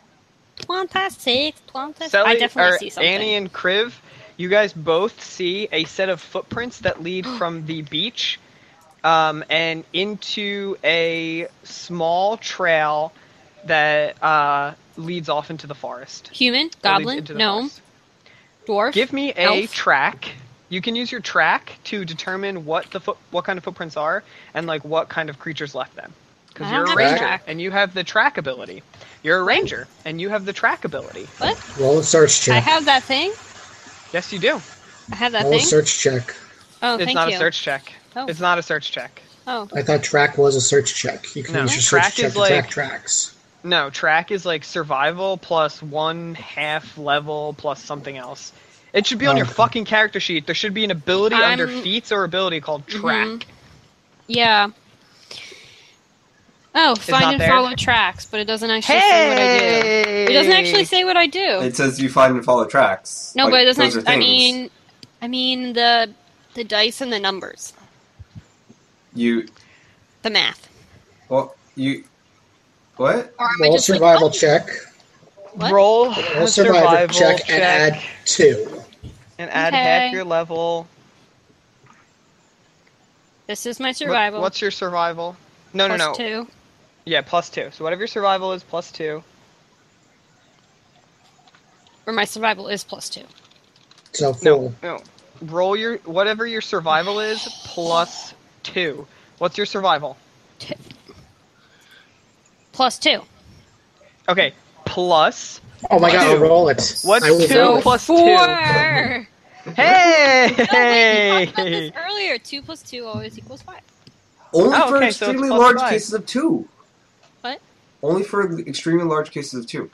S5: 26, 26.
S3: Sally,
S5: I definitely
S3: or
S5: see something.
S3: Annie and Kriv, you guys both see a set of footprints that lead from the beach um, and into a small trail that uh, leads off into the forest.
S5: Human,
S3: That leads
S5: goblin,
S3: into the
S5: gnome,
S3: forest.
S5: dwarf.
S3: Give me a
S5: Elf.
S3: track. You can use your track to determine what the foot, what kind of footprints are, and like what kind of creatures left them.
S5: I
S3: Because
S5: don't
S3: you're a
S5: have
S1: a
S3: ranger,
S5: track.
S3: and you have the track ability. You're a ranger, and you have the track ability.
S5: what?
S1: Roll a search
S5: I
S1: check.
S5: have that thing.
S3: Yes, you do.
S5: I have that
S1: Roll a
S5: thing.
S1: search check.
S5: Oh,
S3: it's
S5: thank
S3: not
S5: you.
S3: a search check.
S5: Oh.
S3: It's not a search check.
S5: Oh,
S1: I thought track was a search check. You can
S3: No,
S1: use your search
S3: track
S1: check
S3: is
S1: to track
S3: like-
S1: tracks.
S3: No, track is like survival plus one half level plus something else. It should be on your
S1: Okay.
S3: fucking character sheet. There should be an ability under
S5: I'm-
S3: feats or ability called track.
S5: Mhm. yeah. Oh,
S3: not
S5: find and
S3: there.
S5: follow tracks, but it doesn't actually say what I do. It doesn't actually say what I do.
S2: It says you find and follow tracks.
S5: No,
S2: Like,
S5: but it doesn't.
S2: those are
S5: Actually, I
S2: things.
S5: mean, I mean the the dice and the numbers,
S2: you.
S5: the math.
S2: Well, you. What?
S5: Or am I
S1: Roll
S5: just like, oh.
S1: survival
S5: what?
S1: check.
S5: What?
S3: Roll
S1: Roll
S3: a
S1: survival,
S3: survival
S1: check, and add two.
S3: and add half
S5: Okay.
S3: your level.
S5: This is my
S3: What-
S5: survival.
S3: What's your survival? No, no, no.
S5: plus two?
S3: Yeah, plus two. So whatever your survival is, plus two.
S5: Or my survival is plus two.
S1: So
S3: No,
S1: four.
S3: no. Roll your whatever your survival is, plus two. What's your survival?
S5: Plus two.
S3: Okay, plus.
S1: Oh my god! I'll
S3: Two.
S1: roll it.
S3: What's
S1: I will
S3: two
S1: roll it.
S3: plus
S5: Four.
S3: two?
S1: Mhm.
S5: No, wait, we talked about
S3: Hey!
S5: this earlier. Two plus two always equals five.
S2: Only
S3: Oh,
S2: for
S3: okay, so it's
S2: extremely
S3: plus
S2: large
S3: five.
S2: cases of two.
S5: What?
S2: Only for extremely large cases of two.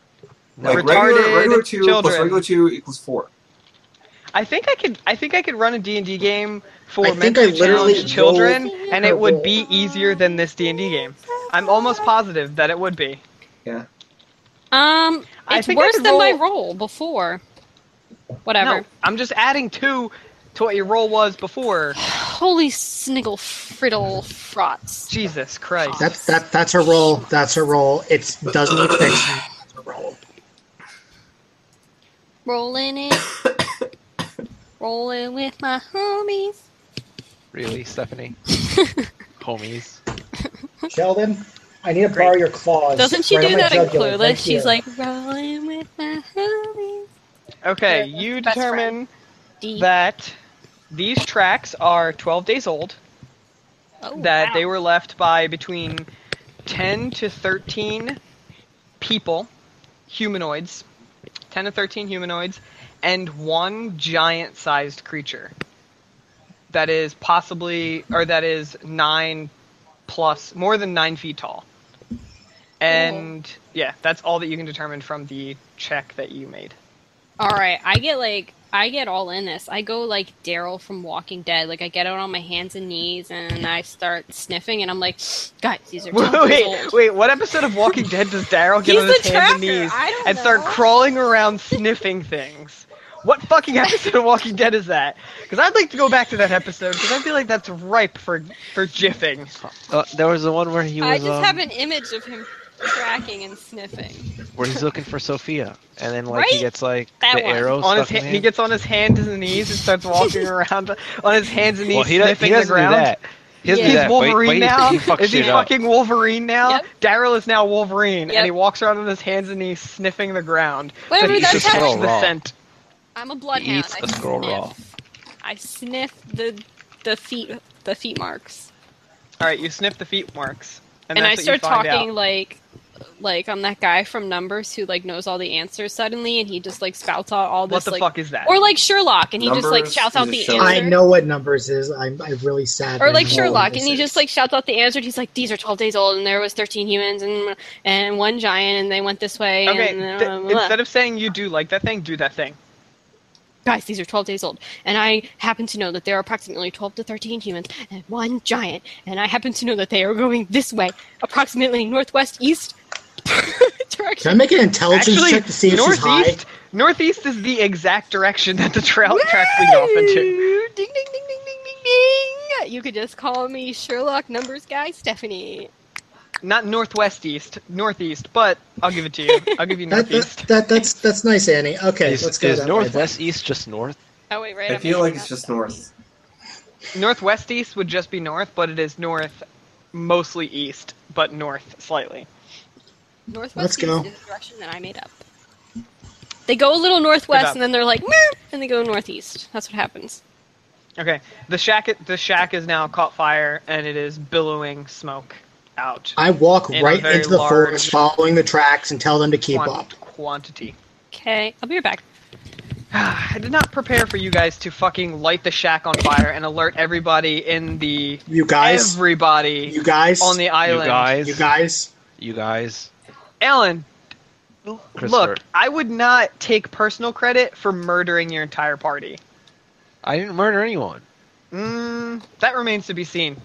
S4: No.
S2: Like regular,
S3: Retarded
S2: regular two plus
S3: children.
S2: regular two equals four.
S3: I think I could. I think I could run a D and D game for
S1: I think
S3: mentally
S1: I literally
S3: challenged children,
S1: rolled
S3: and it
S1: a
S3: would
S1: roll.
S3: be easier than this D and D game. I'm almost positive that it would be.
S2: Yeah.
S5: Um,
S3: I
S5: it's
S3: think
S5: worse
S3: I'd
S5: than my
S3: roll-
S5: roll before. Whatever.
S3: No, I'm just adding two to what your roll was before.
S5: Holy sniggle friddle frotz.
S3: Jesus Christ.
S1: That, that that's a roll. That's a roll. It doesn't need fixing. That's a roll.
S5: Rolling it. Rolling with my homies.
S4: Really, Stephanie? Homies.
S1: Sheldon, I need to borrow your claws.
S5: Doesn't she
S1: Right
S5: do
S1: on my
S5: that in
S1: jugular.
S5: Clueless?
S1: Thank you.
S5: She's like rolling with my homies.
S3: Okay,
S5: Yeah,
S3: you
S5: best
S3: determine
S5: D.
S3: that these tracks are 12 days old,
S5: Oh,
S3: that
S5: wow.
S3: they were left by between 10 to 13 people, humanoids, 10 to 13 humanoids, and one giant sized creature that is possibly, or that is nine plus, more than nine feet tall. And yeah, that's all that you can determine from the check that you made.
S5: All right, I get like I get all in this. I go like Daryl from Walking Dead. Like I get out on my hands and knees and I start sniffing, and I'm like, guys, these are
S3: Wait,
S5: twelve years
S3: wait,
S5: old."
S3: wait, what episode of Walking Dead does Daryl get
S5: He's
S3: on his
S5: the
S3: hands and
S5: tracker,
S3: knees
S5: I don't
S3: and start
S5: know.
S3: crawling around sniffing things? What fucking episode of Walking Dead is that? Because I'd like to go back to that episode because I feel like that's ripe for for jiffing.
S4: Uh, there was the one where he was
S5: I just
S4: um,
S5: have an image of him tracking and sniffing.
S4: where he's looking for Sophia, and then like he
S5: Right?
S4: gets like
S5: That
S4: the
S5: one.
S4: arrow
S3: On his
S4: stuck in
S3: ha- he gets on his hands and knees and starts walking around on his hands and knees
S4: well, he, does,
S3: sniffing
S4: he doesn't
S3: the ground.
S4: do that. He doesn't do
S3: He's
S4: that. but he-
S3: Wolverine
S4: but he-
S3: now.
S4: He, fucks
S3: is he
S4: shit up.
S3: fucking Wolverine now?
S5: Yep.
S3: Daryl is now Wolverine,
S5: Yep.
S3: and he walks around on his hands and knees, sniffing the ground. so
S5: Whatever,
S3: he
S5: that's
S3: can
S5: how
S3: catch
S4: I-
S3: the scent.
S5: I'm a
S4: He
S5: bloodhound.
S4: eats
S5: I
S4: the squirrel
S5: sniff.
S4: raw.
S5: I sniff the the feet the feet marks,
S3: All right, you sniff the feet marks, and,
S5: and, I
S3: that's what you
S5: start
S3: find
S5: talking
S3: out.
S5: like like I'm that guy from Numbers who like knows all the answers suddenly, and he just like spouts out all this
S3: What the
S5: like
S3: fuck is that?
S5: or like Sherlock, and he just like
S2: Numbers
S5: shouts
S2: is
S5: out
S2: a
S5: the
S2: show.
S5: answer.
S2: Sure.
S1: I know what numbers is. I'm, I'm really sad.
S5: Or
S1: that
S5: like
S1: I know what
S5: Sherlock,
S1: this
S5: and he
S1: is.
S5: just like shouts out the answer. and He's like, "These are twelve days old, and there was thirteen humans, and and one giant, and they went this way."
S3: okay,
S5: and,
S3: th-
S5: blah, blah, blah.
S3: instead of saying you do like that thing, do that thing.
S5: guys, these are twelve days old, and I happen to know that there are approximately twelve to thirteen humans and one giant, and I happen to know that they are going this way, approximately northwest east
S1: Can
S5: direction.
S1: I make an intelligence
S3: Actually,
S1: check to see if she's high?
S3: northeast, northeast is the exact direction that the trail tracks lead off into.
S5: Woo! Ding ding ding ding ding ding ding! You could just call me Sherlock Numbers Guy Stephanie.
S3: Not northwest east, northeast. But I'll give it to you. I'll give you
S1: That, that,
S3: northeast.
S1: that- that's that's nice, Annie. Okay,
S4: is
S1: let's go.
S4: is
S1: that way then.
S4: northwest east just north?
S5: Oh wait, right.
S2: I
S5: I'm
S2: feel
S5: making
S2: like it's
S5: up
S2: just
S5: stuff.
S2: north.
S3: northwest east would just be north, but it is north, mostly east, but north slightly.
S5: Northwest
S1: Let's
S5: east
S1: go.
S5: is the direction that I made up. They go a little northwest
S3: job.
S5: and then they're like, "Meow," and they go northeast. That's what happens.
S3: Okay, the shack the shack is now caught fire, and it is billowing smoke out.
S1: I walk
S3: In a
S1: right
S3: very
S1: into the
S3: large-
S1: forest, following the tracks, and tell them to keep
S3: Quan-
S1: up.
S3: Quantity.
S5: Okay, I'll be right back.
S3: I did not prepare for you guys to fucking light the shack on fire and alert everybody in the
S1: You guys,
S3: everybody
S1: you guys,
S3: on the island.
S4: You guys,
S1: you guys.
S4: you guys.
S3: Alan, l-
S4: Christopher.
S3: look, I would not take personal credit for murdering your entire party.
S4: I didn't murder anyone.
S3: Mm, that remains to be seen.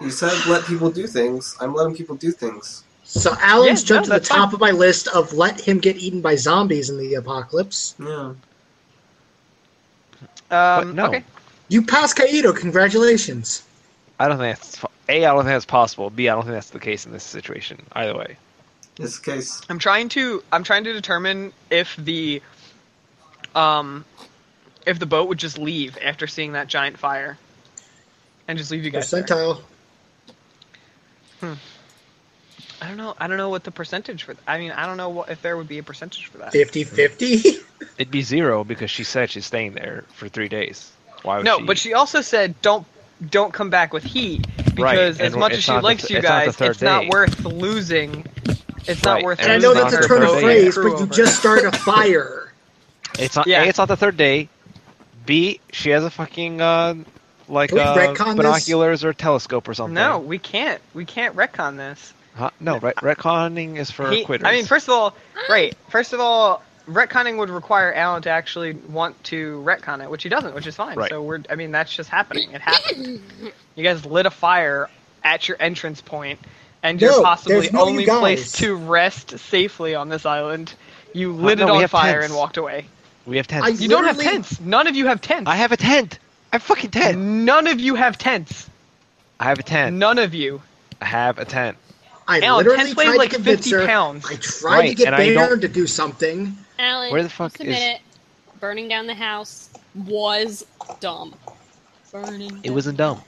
S2: You said let people do things. I'm letting people do things.
S1: So Alan's
S3: Yeah,
S1: jumped
S3: no,
S1: to the
S3: that's
S1: top of my list of let him get eaten by zombies in the apocalypse.
S2: Yeah.
S3: Um,
S4: no.
S3: Okay.
S1: You passed Kaido. Congratulations.
S4: I don't think that's fu- a. I don't think that's possible. B. I don't think that's the case in this situation. Either way,
S2: This case.
S3: I'm trying to I'm trying to determine if the um if the boat would just leave after seeing that giant fire and just leave you guys. there.
S1: Percentile.
S3: I don't know. I don't know what the percentage for. I mean, I don't know what, if there would be a percentage for that.
S1: 50 50.
S4: it'd be zero because she said she's staying there for three days. Why would
S3: No,
S4: Oh, she?
S3: but she also said don't don't come back with heat
S4: Right,
S3: because
S4: and
S3: as much
S4: it's
S3: as she
S4: not the
S3: likes
S4: th-
S3: you
S4: it's not the
S3: guys,
S4: third
S3: it's not
S4: day.
S3: worth losing. It's not
S4: Right,
S3: worth.
S4: and
S1: And I know
S3: losing
S1: that's
S4: not
S1: a
S3: her
S1: turn of
S3: boat
S4: birthday.
S1: phrase,
S3: and crew
S1: but you
S3: over.
S1: just started a fire.
S4: It's not.
S3: Yeah.
S4: A, it's not the third day. B. She has a fucking uh, like
S1: Can we
S4: uh,
S1: retcon this?
S4: binoculars or telescope or something.
S3: No, we can't. We can't retcon this.
S4: Huh? No, ret- retconning is for
S3: He-
S4: quitters.
S3: I mean, first of all, right. First of all, retconning would require Alan to actually want to retcon it, which he doesn't, which is fine.
S4: Right.
S3: So we're, I mean, that's just happening. It happened. you guys lit a fire at your entrance point, and
S1: No,
S3: you're possibly
S1: there's no you
S3: only
S1: guys. Uh,
S3: place to rest safely on this island. You lit
S4: no,
S3: it
S4: we
S3: on
S4: have
S3: fire
S4: tents.
S3: and walked away.
S4: we have
S1: I
S4: tents.
S3: You don't have
S1: Literally-
S3: tents. None of you have tents.
S4: I have a tent. I have fucking tent.
S3: None of you have tents.
S4: I have a tent.
S3: None of you.
S4: I have a tent.
S1: I
S3: Alan,
S1: literally
S3: tents weigh
S1: tried
S3: like
S1: to convince
S3: 50
S1: her.
S3: pounds.
S1: I tried to
S4: Right,
S1: get
S4: and I don't-
S1: Baird to do something.
S5: Alan,
S4: Where the fuck
S5: just a
S4: is-
S5: minute. Burning down the house was dumb. Burning.
S4: It wasn't dumb.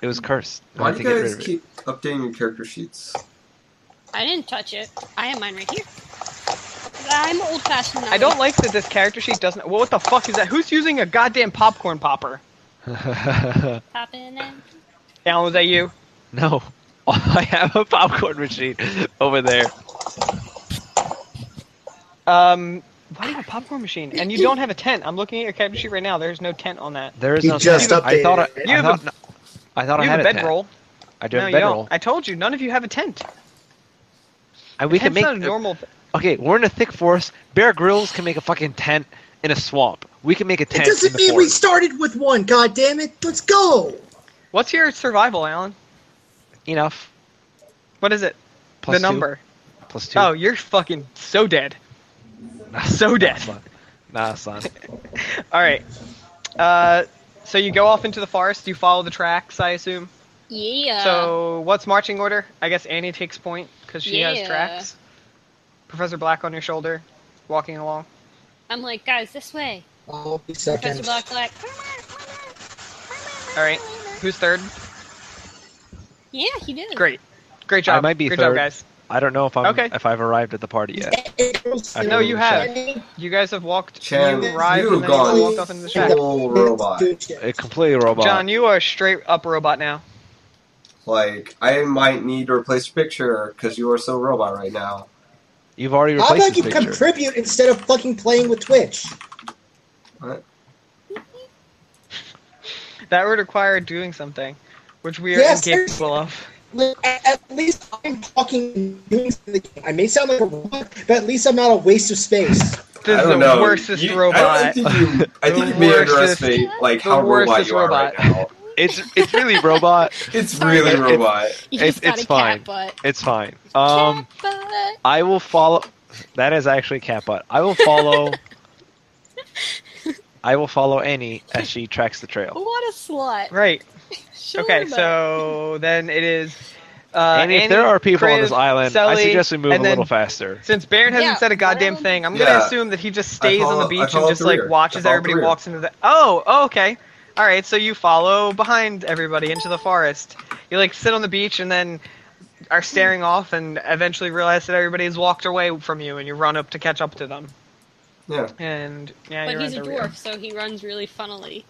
S4: It was cursed. I
S2: Why
S4: had
S2: do
S4: to
S2: you
S4: get rid
S2: guys
S4: of it.
S2: keep updating your character sheets?
S5: I didn't touch it. I have mine right here. I'm old fashioned.
S3: I don't like that this character sheet doesn't. Well, what the fuck is that? Who's using a goddamn popcorn popper?
S5: Pop in and
S3: Alan, was that you?
S4: no. I have a popcorn machine over there.
S3: Um, why do you have a popcorn machine? And you don't have a tent. I'm looking at your character sheet right now. There's no tent on that.
S4: There is
S1: He
S4: no
S1: just
S4: tent. I thought I,
S1: updated it.
S4: I
S3: You have
S4: thought, I, thought I
S3: you
S4: had
S3: have a
S4: a tent.
S3: bedroll.
S4: I do
S3: No,
S4: have a
S3: you
S4: bedroll.
S3: don't. I told you, none of you have a tent.
S4: And we
S3: Tent's
S4: can make
S3: not a normal. th-
S4: Okay, we're in a thick forest. Bear Grylls can make a fucking tent in a swamp. We can make a
S1: It
S4: tent. in
S1: doesn't
S4: the
S1: mean we
S4: forest.
S1: started with one. God damn it! Let's go.
S3: What's your survival, Alan?
S4: enough.
S3: What is it?
S4: Plus
S3: the
S4: two.
S3: number.
S4: Plus two.
S3: Oh, you're fucking so dead.
S4: Nah,
S3: so
S4: nah,
S3: dead.
S4: son. Nah, son.
S3: All right. Uh, so you go off into the forest. You follow the tracks, I assume.
S5: yeah.
S3: So what's marching order? I guess Annie takes point because she
S5: Yeah.
S3: has tracks. Professor Black on your shoulder, walking along.
S5: I'm like, guys, this way.
S1: I'll be
S5: Professor
S1: second.
S5: Black, like,
S3: All right. Who's third?
S5: yeah, he did.
S3: Great. Great job.
S4: I might be
S3: Good
S4: third.
S3: job, guys.
S4: I don't know if I'm
S3: Okay.
S4: if I've arrived at the party yet. I
S3: No, you have.
S4: check.
S3: You guys have walked.
S2: Chan,
S3: you arrived
S2: you
S3: and then you
S2: gone.
S3: walked off into the shack.
S2: Full robot.
S4: A completely robot.
S3: John, you are straight up robot now.
S2: Like, I might need to replace your picture because you are so robot right now.
S4: You've already
S1: How
S4: replaced
S1: about
S4: this
S1: you
S4: picture.
S1: contribute instead of fucking playing with Twitch?
S2: What?
S3: That would require doing something, which we are
S1: Yes,
S3: incapable of.
S1: At, at least I'm talking and doing something. I may sound like a robot, but at least I'm not a waste of space.
S3: This
S2: I
S3: is the
S2: don't know.
S3: worstest
S2: You- I, don't
S3: robot.
S2: think you, I
S3: The
S2: think you may
S3: worstest-
S2: underestimate like
S3: the
S2: how robot
S3: worstest
S2: you are right now.
S4: It's it's really robot.
S2: It's
S5: Sorry.
S2: really
S5: It-
S2: robot.
S5: You
S4: It's-
S5: just got
S4: it's
S5: a
S4: fine.
S5: cat butt.
S4: It's fine. Um,
S5: cat butt.
S4: I will follow. That is actually cat butt. I will follow. I will follow Annie as she tracks the trail.
S5: What a slut.
S3: Right.
S5: Sure,
S3: okay,
S5: but-
S3: so then it is. Uh,
S4: Annie, if there are people on
S3: Chris,
S4: this island, I
S3: Sully,
S4: suggest we move
S3: and
S4: a little
S3: then-
S4: faster.
S3: Since Baron hasn't
S5: Yeah,
S3: said a goddamn
S5: follow-
S3: thing, I'm
S2: Yeah.
S3: gonna assume that he just stays on
S2: follow-
S3: the
S2: I
S3: beach and
S2: follow
S3: just
S2: through
S3: like
S2: here. I
S3: watches
S2: follow
S3: everybody
S2: through
S3: walks into the. Oh, oh, okay. All right, so you follow behind everybody into the forest. You like sit on the beach and then are staring off, and eventually realize that everybody has walked away from you, and you run up to catch up to them.
S2: Yeah.
S3: And yeah,
S5: But
S3: you're
S5: he's a
S3: in the
S5: dwarf,
S3: rear.
S5: so he runs really funnily.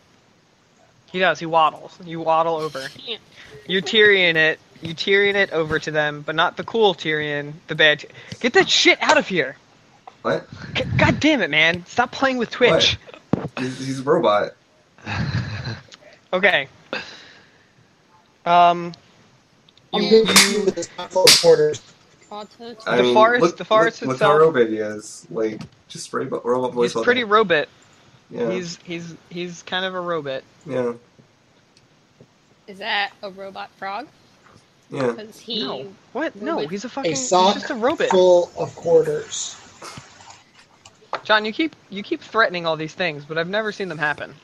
S3: He does. He waddles. You waddle over.
S5: Yeah.
S3: You Tyrion it. You Tyrion it over to them, but not the cool Tyrion, the bad. Ty- Get that shit out of here!
S2: What?
S3: G- God damn it, man! Stop playing with Twitch.
S2: He's, he's a robot.
S3: Okay. Um,
S1: I'm you with this full of quarters.
S5: Auto-
S2: I
S3: The
S2: mean,
S3: forest-
S2: Look,
S3: the forest
S2: look,
S3: itself-
S2: Look how robot he is. Like just robot, robot voice.
S3: he's pretty
S2: all
S3: robot.
S2: day. Yeah.
S3: He's he's he's kind of a robot.
S2: yeah.
S5: Is that a robot frog?
S2: Yeah.
S5: Because he.
S3: No, what? No,
S5: Robot.
S3: he's a fucking.
S1: A
S3: he's
S1: sock
S3: just a robot.
S1: full of quarters.
S3: John, you keep you keep threatening all these things, but I've never seen them happen.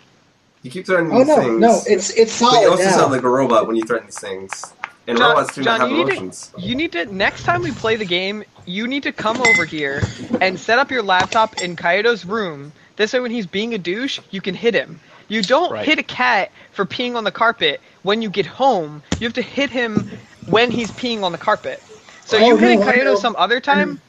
S2: You keep threatening
S1: Oh
S2: these
S1: no,
S2: things.
S1: no, it's it's
S2: but you
S1: solid
S2: also
S1: now.
S2: sound like a robot when you threaten these things. And
S3: John-
S2: robots do
S3: John,
S2: not have
S3: you need to-
S2: emotions.
S3: You need to next time we play the game, you need to come over here and set up your laptop in Kaido's room. This way when he's being a douche, you can hit him. You don't
S4: Right.
S3: hit a cat for peeing on the carpet when you get home. You have to hit him when he's peeing on the carpet. So
S1: Oh,
S3: you hitting
S1: no, I know.
S3: Kaido some other time,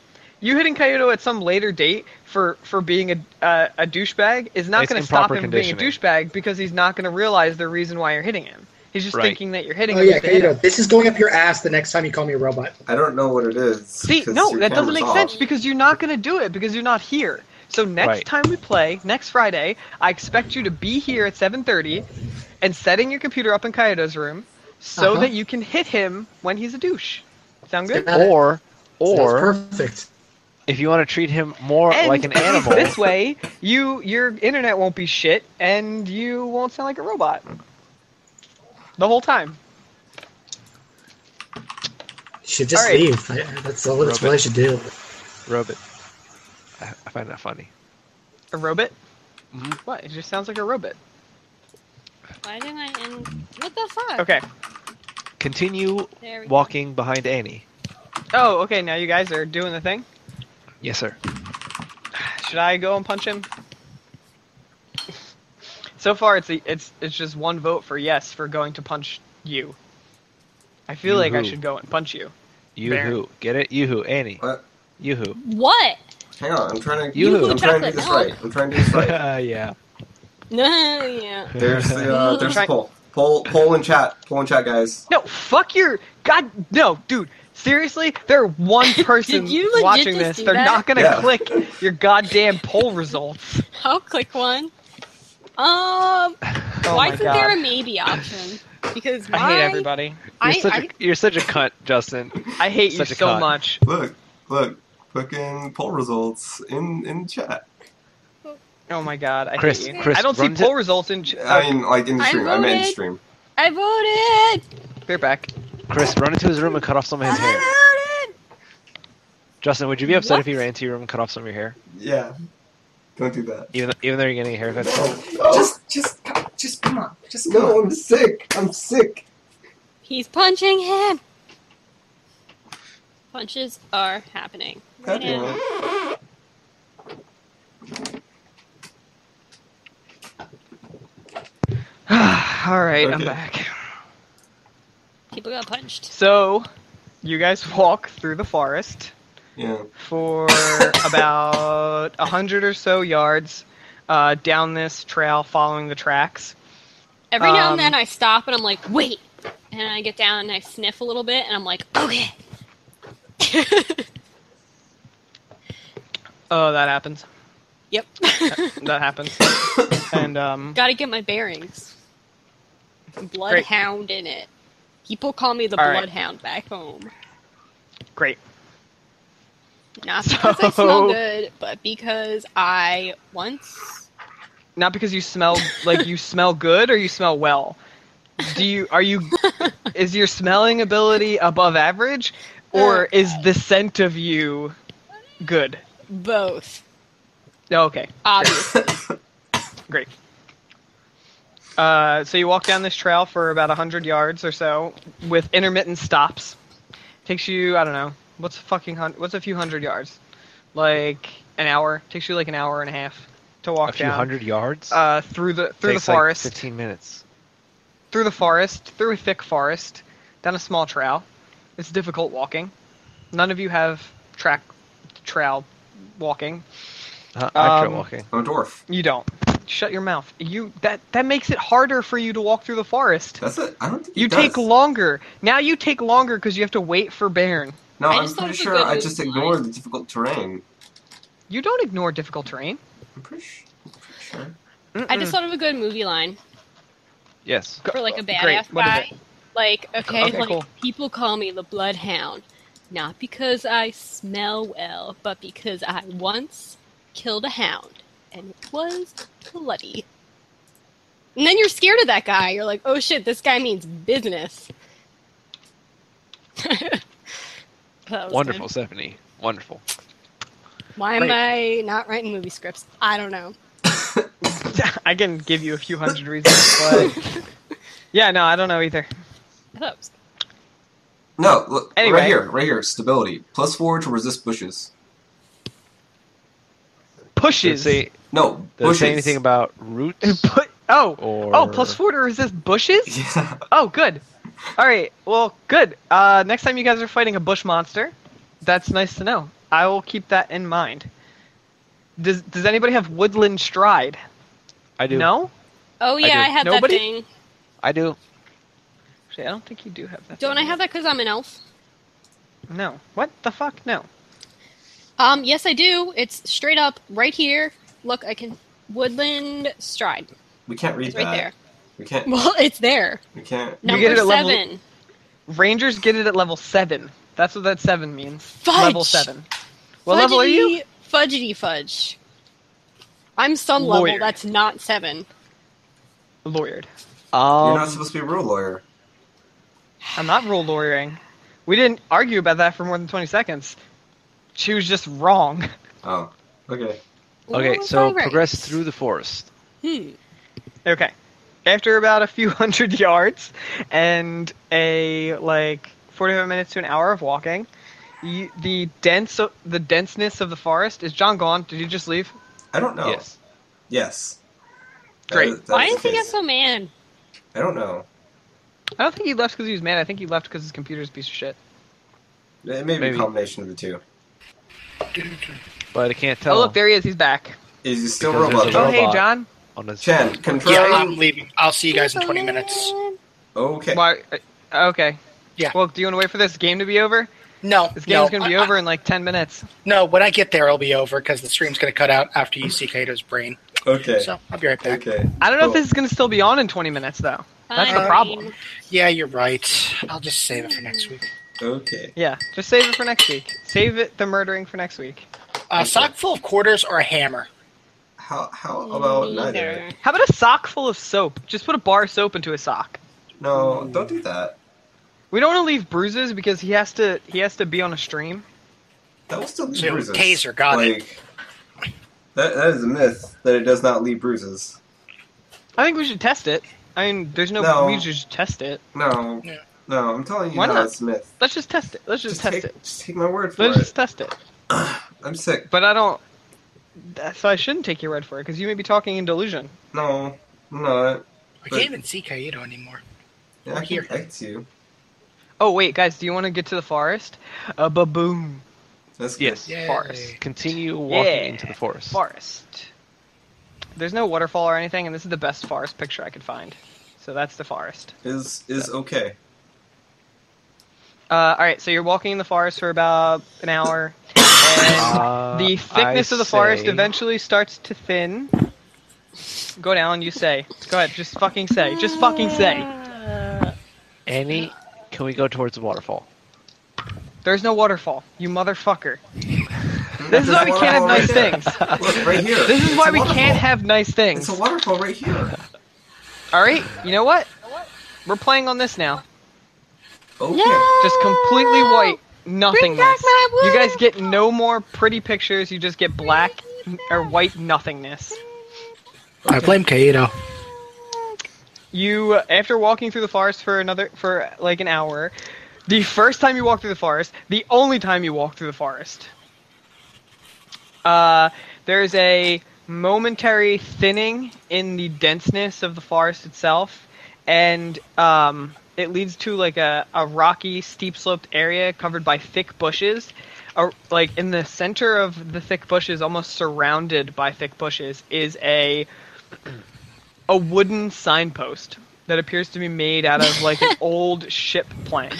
S3: you hitting Kaido at some later date for, for being a uh, a douchebag is not
S4: It's
S3: going to stop
S4: improper
S3: him from being a douchebag because he's not going to realize the reason why you're hitting him. He's just
S4: Right.
S3: thinking that you're hitting
S1: Oh
S3: him.
S1: yeah,
S3: to hit
S1: Kaito,
S3: him.
S1: this is going up your ass the next time you call me a robot.
S2: I don't know what it is.
S3: See,
S2: 'cause
S3: no,
S2: your
S3: that doesn't
S2: camera's
S3: make
S2: off.
S3: sense because you're not going to do it because you're not here. So next
S4: Right.
S3: time we play, next Friday, I expect you to be here at 7:30 and setting your computer up in Kaido's room so
S1: Uh-huh.
S3: that you can hit him when he's a douche. Sound good?
S1: Got it.
S4: Or or
S1: Sounds perfect.
S4: if you want to treat him more
S3: And
S4: like an animal,
S3: This way, you your internet won't be shit and you won't sound like a robot. The whole time.
S1: Should just
S3: All right.
S1: leave. I- that's all. That's what I should do.
S4: robot. I, I find that funny.
S3: A robot?
S4: Mhm.
S3: What? It just sounds like a robot.
S5: Why did I end? What the fuck?
S3: Okay.
S4: Continue
S5: There we go.
S4: walking behind Annie.
S3: Oh, okay. Now you guys are doing the thing.
S4: Yes, sir.
S3: Should I go and punch him? So far, it's a, it's it's just one vote for yes for going to punch you. I feel
S4: You
S3: like I
S4: who?
S3: should go and punch you.
S4: Yoo
S3: Baron.
S4: hoo. Get it? Yoo hoo. Annie.
S2: What?
S4: Yoo hoo.
S5: What?
S2: Hang on, I'm trying to.
S4: Yoo-hoo.
S2: I'm trying to do this
S5: Chocolate
S2: right. I'm trying to do this right.
S4: yeah.
S5: yeah.
S2: There's the uh, there's the
S3: Try-
S2: poll. Poll poll in chat. Poll in chat, guys.
S3: No, fuck your god. No, dude. Seriously, they're one person
S5: Did you legit
S3: watching
S5: just
S3: this.
S5: do
S3: They're
S5: that?
S3: not gonna
S2: Yeah.
S3: click your goddamn poll results.
S5: I'll click one. Um,
S3: Oh
S5: why
S3: my
S5: isn't
S3: god.
S5: there a maybe option? Because
S3: I hate
S5: my-
S3: everybody.
S4: You're,
S5: I,
S4: such a
S5: I-
S4: you're such a cunt, Justin.
S3: I hate
S4: Such
S3: you
S4: a
S3: so
S4: cunt.
S3: much.
S2: Look, look, fucking poll results in in chat.
S3: Oh my god, I
S4: Chris-
S3: hate you.
S4: Chris,
S3: I don't see
S4: run to-
S3: poll results in. Ch-
S2: I mean, like in the
S5: I
S2: stream. I meant in
S5: voted.
S2: stream.
S5: I voted.
S3: They're oh, back.
S4: Chris, run into his room and cut off some of his hair.
S5: I voted.
S4: Justin, would you be upset if he
S5: What?
S4: ran into your room and cut off some of your hair?
S2: Yeah. Don't do that.
S4: Even though, even though you're getting a haircut?
S2: Just, just, just come on. Just no. I'm sick. I'm sick.
S5: He's punching him. Punches are happening. Right now.
S3: All right, I'm
S2: Okay.
S3: back.
S5: People got punched.
S3: So, you guys walk through the forest
S2: Yeah.
S3: for about a hundred or so yards uh, down this trail, following the tracks.
S5: Every now
S3: Um,
S5: and then I stop and I'm like, wait. And I get down and I sniff a little bit and I'm like, okay.
S3: Oh, that happens.
S5: yep.
S3: That happens. and um,
S5: Gotta get my bearings. Bloodhound in it. People call me the
S3: All right.
S5: bloodhound back home.
S3: great.
S5: Not because I smell
S3: So-
S5: good, but because I once
S3: Not because you smell like you smell good or you smell well. Do you are you is your smelling ability above average or is the scent of you good?
S5: both.
S3: Okay.
S5: Obviously.
S3: Great. Uh, so you walk down this trail for about 100 yards or so with intermittent stops. Takes you, I don't know, what's a fucking hun- what's a few hundred yards? Like an hour. Takes you like an hour and a half to walk
S4: A few
S3: down.
S4: hundred yards?
S3: Uh, through the through
S4: Takes
S3: the
S4: like
S3: forest,
S4: 15 minutes.
S3: through the forest, through a thick forest, down a small trail. It's difficult walking. None of you have track trail walking.
S4: Uh, I trail
S3: Um,
S4: walking.
S2: I'm a dwarf.
S3: You don't. Shut your mouth. You that that makes it harder for you to walk through the forest.
S2: That's it. I don't think
S3: You
S2: it does.
S3: take longer. Now you take longer because you have to wait for Baron.
S2: No,
S5: I
S2: I'm
S5: just thought
S2: pretty
S5: it was a
S2: sure
S5: good
S2: I
S5: move
S2: just
S5: to
S2: ignored
S5: hide.
S2: the difficult terrain.
S3: You don't ignore difficult terrain.
S2: I'm pretty, sh- I'm pretty sure.
S5: I just thought of a good movie line
S4: Yes.
S5: for like a
S3: Great.
S5: badass
S3: What is
S5: guy. Like, okay,
S3: Okay,
S5: like
S3: cool.
S5: people call me the bloodhound. Not because I smell well, but because I once killed a hound. And it was bloody. And then you're scared of that guy. You're like, oh shit, this guy means business. That was good.
S4: Wonderful, Stephanie. Wonderful.
S5: Why am I not writing movie scripts? I don't know.
S3: I can give you a few hundred reasons, but yeah, no, I don't know either.
S5: I thought it was-
S2: No, look,
S3: Anyway.
S2: right here, right here, stability. Plus four to resist bushes.
S4: Does it
S3: Pushes.
S4: say,
S2: No,
S4: does it
S2: bushes.
S4: say anything about roots?
S3: Put, oh,
S4: Or-
S3: oh, plus four to resist bushes.
S2: Yeah.
S3: Oh, good. All right. Well, good. Uh, next time you guys are fighting a bush monster, that's nice to know. I will keep that in mind. Does Does anybody have woodland stride?
S4: I do.
S3: No.
S5: Oh
S4: do.
S5: yeah, I, had
S3: Nobody?
S5: that thing.
S4: I do.
S3: Actually, I don't think you do have that.
S5: Don't I have that because I'm an elf?
S3: No. What the fuck? No.
S5: Um, yes, I do. It's straight up right here. Look, I can woodland stride.
S2: We can't read
S5: It's right
S2: that.
S5: there.
S2: We can't.
S5: Well, it's there.
S2: We can't.
S3: You
S5: Number
S3: get it at level-
S5: seven.
S3: Rangers get it at level seven. That's what that seven means.
S5: Fudge!
S3: Level seven. What level are you?
S5: Fudgety fudge. I'm some
S3: Lawyer.
S5: level that's not seven.
S3: Lawyered.
S2: You're not
S4: Um,
S2: supposed to be a real lawyer.
S3: I'm not rule lawyering. We didn't argue about that for more than 20 seconds. She was just wrong.
S2: Oh, okay.
S4: okay,
S5: Ooh,
S4: so
S5: my
S4: progress
S5: rights.
S4: through the forest.
S5: Hmm.
S3: Okay. After about a few hundred yards and a like 45 minutes to an hour of walking, you, the dense the denseness of the forest is John gone. Did you just leave?
S2: I don't know.
S4: Yes.
S2: Yes.
S3: Great.
S2: That is- that
S5: Why
S2: is
S5: is
S2: the
S5: he get
S2: case.
S5: so man?
S2: I don't know.
S3: I don't think he left because he was mad. I think he left because his computer's a piece of shit.
S2: It may be
S4: Maybe.
S2: a combination of the two.
S4: but I can't tell.
S3: Oh, look, there he is. He's back.
S2: Is he still
S4: Because
S2: robot?
S4: there's a
S3: Oh,
S4: robot.
S2: John?
S3: hey, John.
S4: on his
S2: Chen,
S6: Yeah,
S2: confirm.
S6: I'm leaving. I'll see you guys in 20 minutes.
S2: okay.
S3: um, Why? uh, Okay.
S6: Yeah.
S3: Well, do you want to wait for this game to be over?
S6: No,
S3: This
S6: no,
S3: game's gonna be
S6: I- I-
S3: over in like ten minutes.
S6: no, when I get there, it'll be over because the stream's going to cut out after you see Kato's brain.
S2: Okay.
S6: So I'll be right back.
S2: Okay.
S3: I don't know if
S2: Cool.
S3: this is gonna still be on in twenty minutes though. That's the
S6: Fine.
S3: problem.
S6: Yeah, you're right. I'll just save it for next week.
S2: Okay.
S3: Yeah. Just save it for next week. Save it the murdering for next week.
S6: A sock full of quarters or a hammer?
S2: How how about neither?
S3: How about a sock full of soap? Just put a bar of soap into a sock.
S2: No, don't do that.
S3: We don't want to leave bruises because he has to he has to be on a stream.
S2: That will still leave
S6: So,
S2: bruises.
S6: taser, got it.
S2: like, That that is a myth that it does not leave bruises.
S3: I think we should test it. I mean, there's no,
S2: No.
S3: we should just test it.
S2: No.
S6: Yeah.
S2: No, I'm telling you
S3: Why
S2: now
S3: not?
S2: it's a myth.
S3: Let's just test it. Let's just, test
S2: take,
S3: it.
S2: Just take my word for
S3: Let's
S2: it.
S3: just test it.
S2: I'm sick.
S3: But I don't. that- So I shouldn't take your word for it because you may be talking in delusion.
S2: No, I'm not.
S6: I can't even see Kaido anymore.
S2: Yeah,
S6: We're
S2: I can
S6: here.
S2: protect you.
S3: Oh wait, guys, do you want to get to the forest? A baboom
S2: That's good.
S4: Yes.
S6: Yay.
S3: Forest.
S4: Continue walking
S3: Yeah.
S4: into the forest.
S3: forest. There's no waterfall or anything, and this is the best forest picture I could find. So that's the forest.
S2: Is is okay.
S3: Uh, all right, so you're walking in the forest for about an hour, and
S4: Uh,
S3: the thickness
S4: I
S3: of the forest
S4: say-
S3: eventually starts to thin. Go down, you say. Go ahead, just fucking say. Just fucking say.
S4: Any? Can we go towards the waterfall?
S3: There's no waterfall, you motherfucker. This
S2: There's
S3: is why
S2: a
S3: we can't have
S2: waterfall
S3: nice
S2: right
S3: things.
S2: there. Look, right here.
S3: This is
S2: It's
S3: why
S2: a
S3: we can't
S2: waterfall.
S3: have nice things.
S2: It's a waterfall right here.
S3: All right, you know what? We're playing on this now.
S2: Okay.
S3: Just completely white, nothingness.
S5: back my wood.
S3: You guys get no more pretty pictures. You just get black or white nothingness.
S6: I blame Kaido.
S3: you uh, after walking through the forest for another for like an hour the first time you walk through the forest the only time you walk through the forest uh, there's a momentary thinning in the denseness of the forest itself and um, it leads to like a, a rocky steep sloped area covered by thick bushes Ar- like in the center of the thick bushes almost surrounded by thick bushes is a a wooden signpost that appears to be made out of like an old ship plank.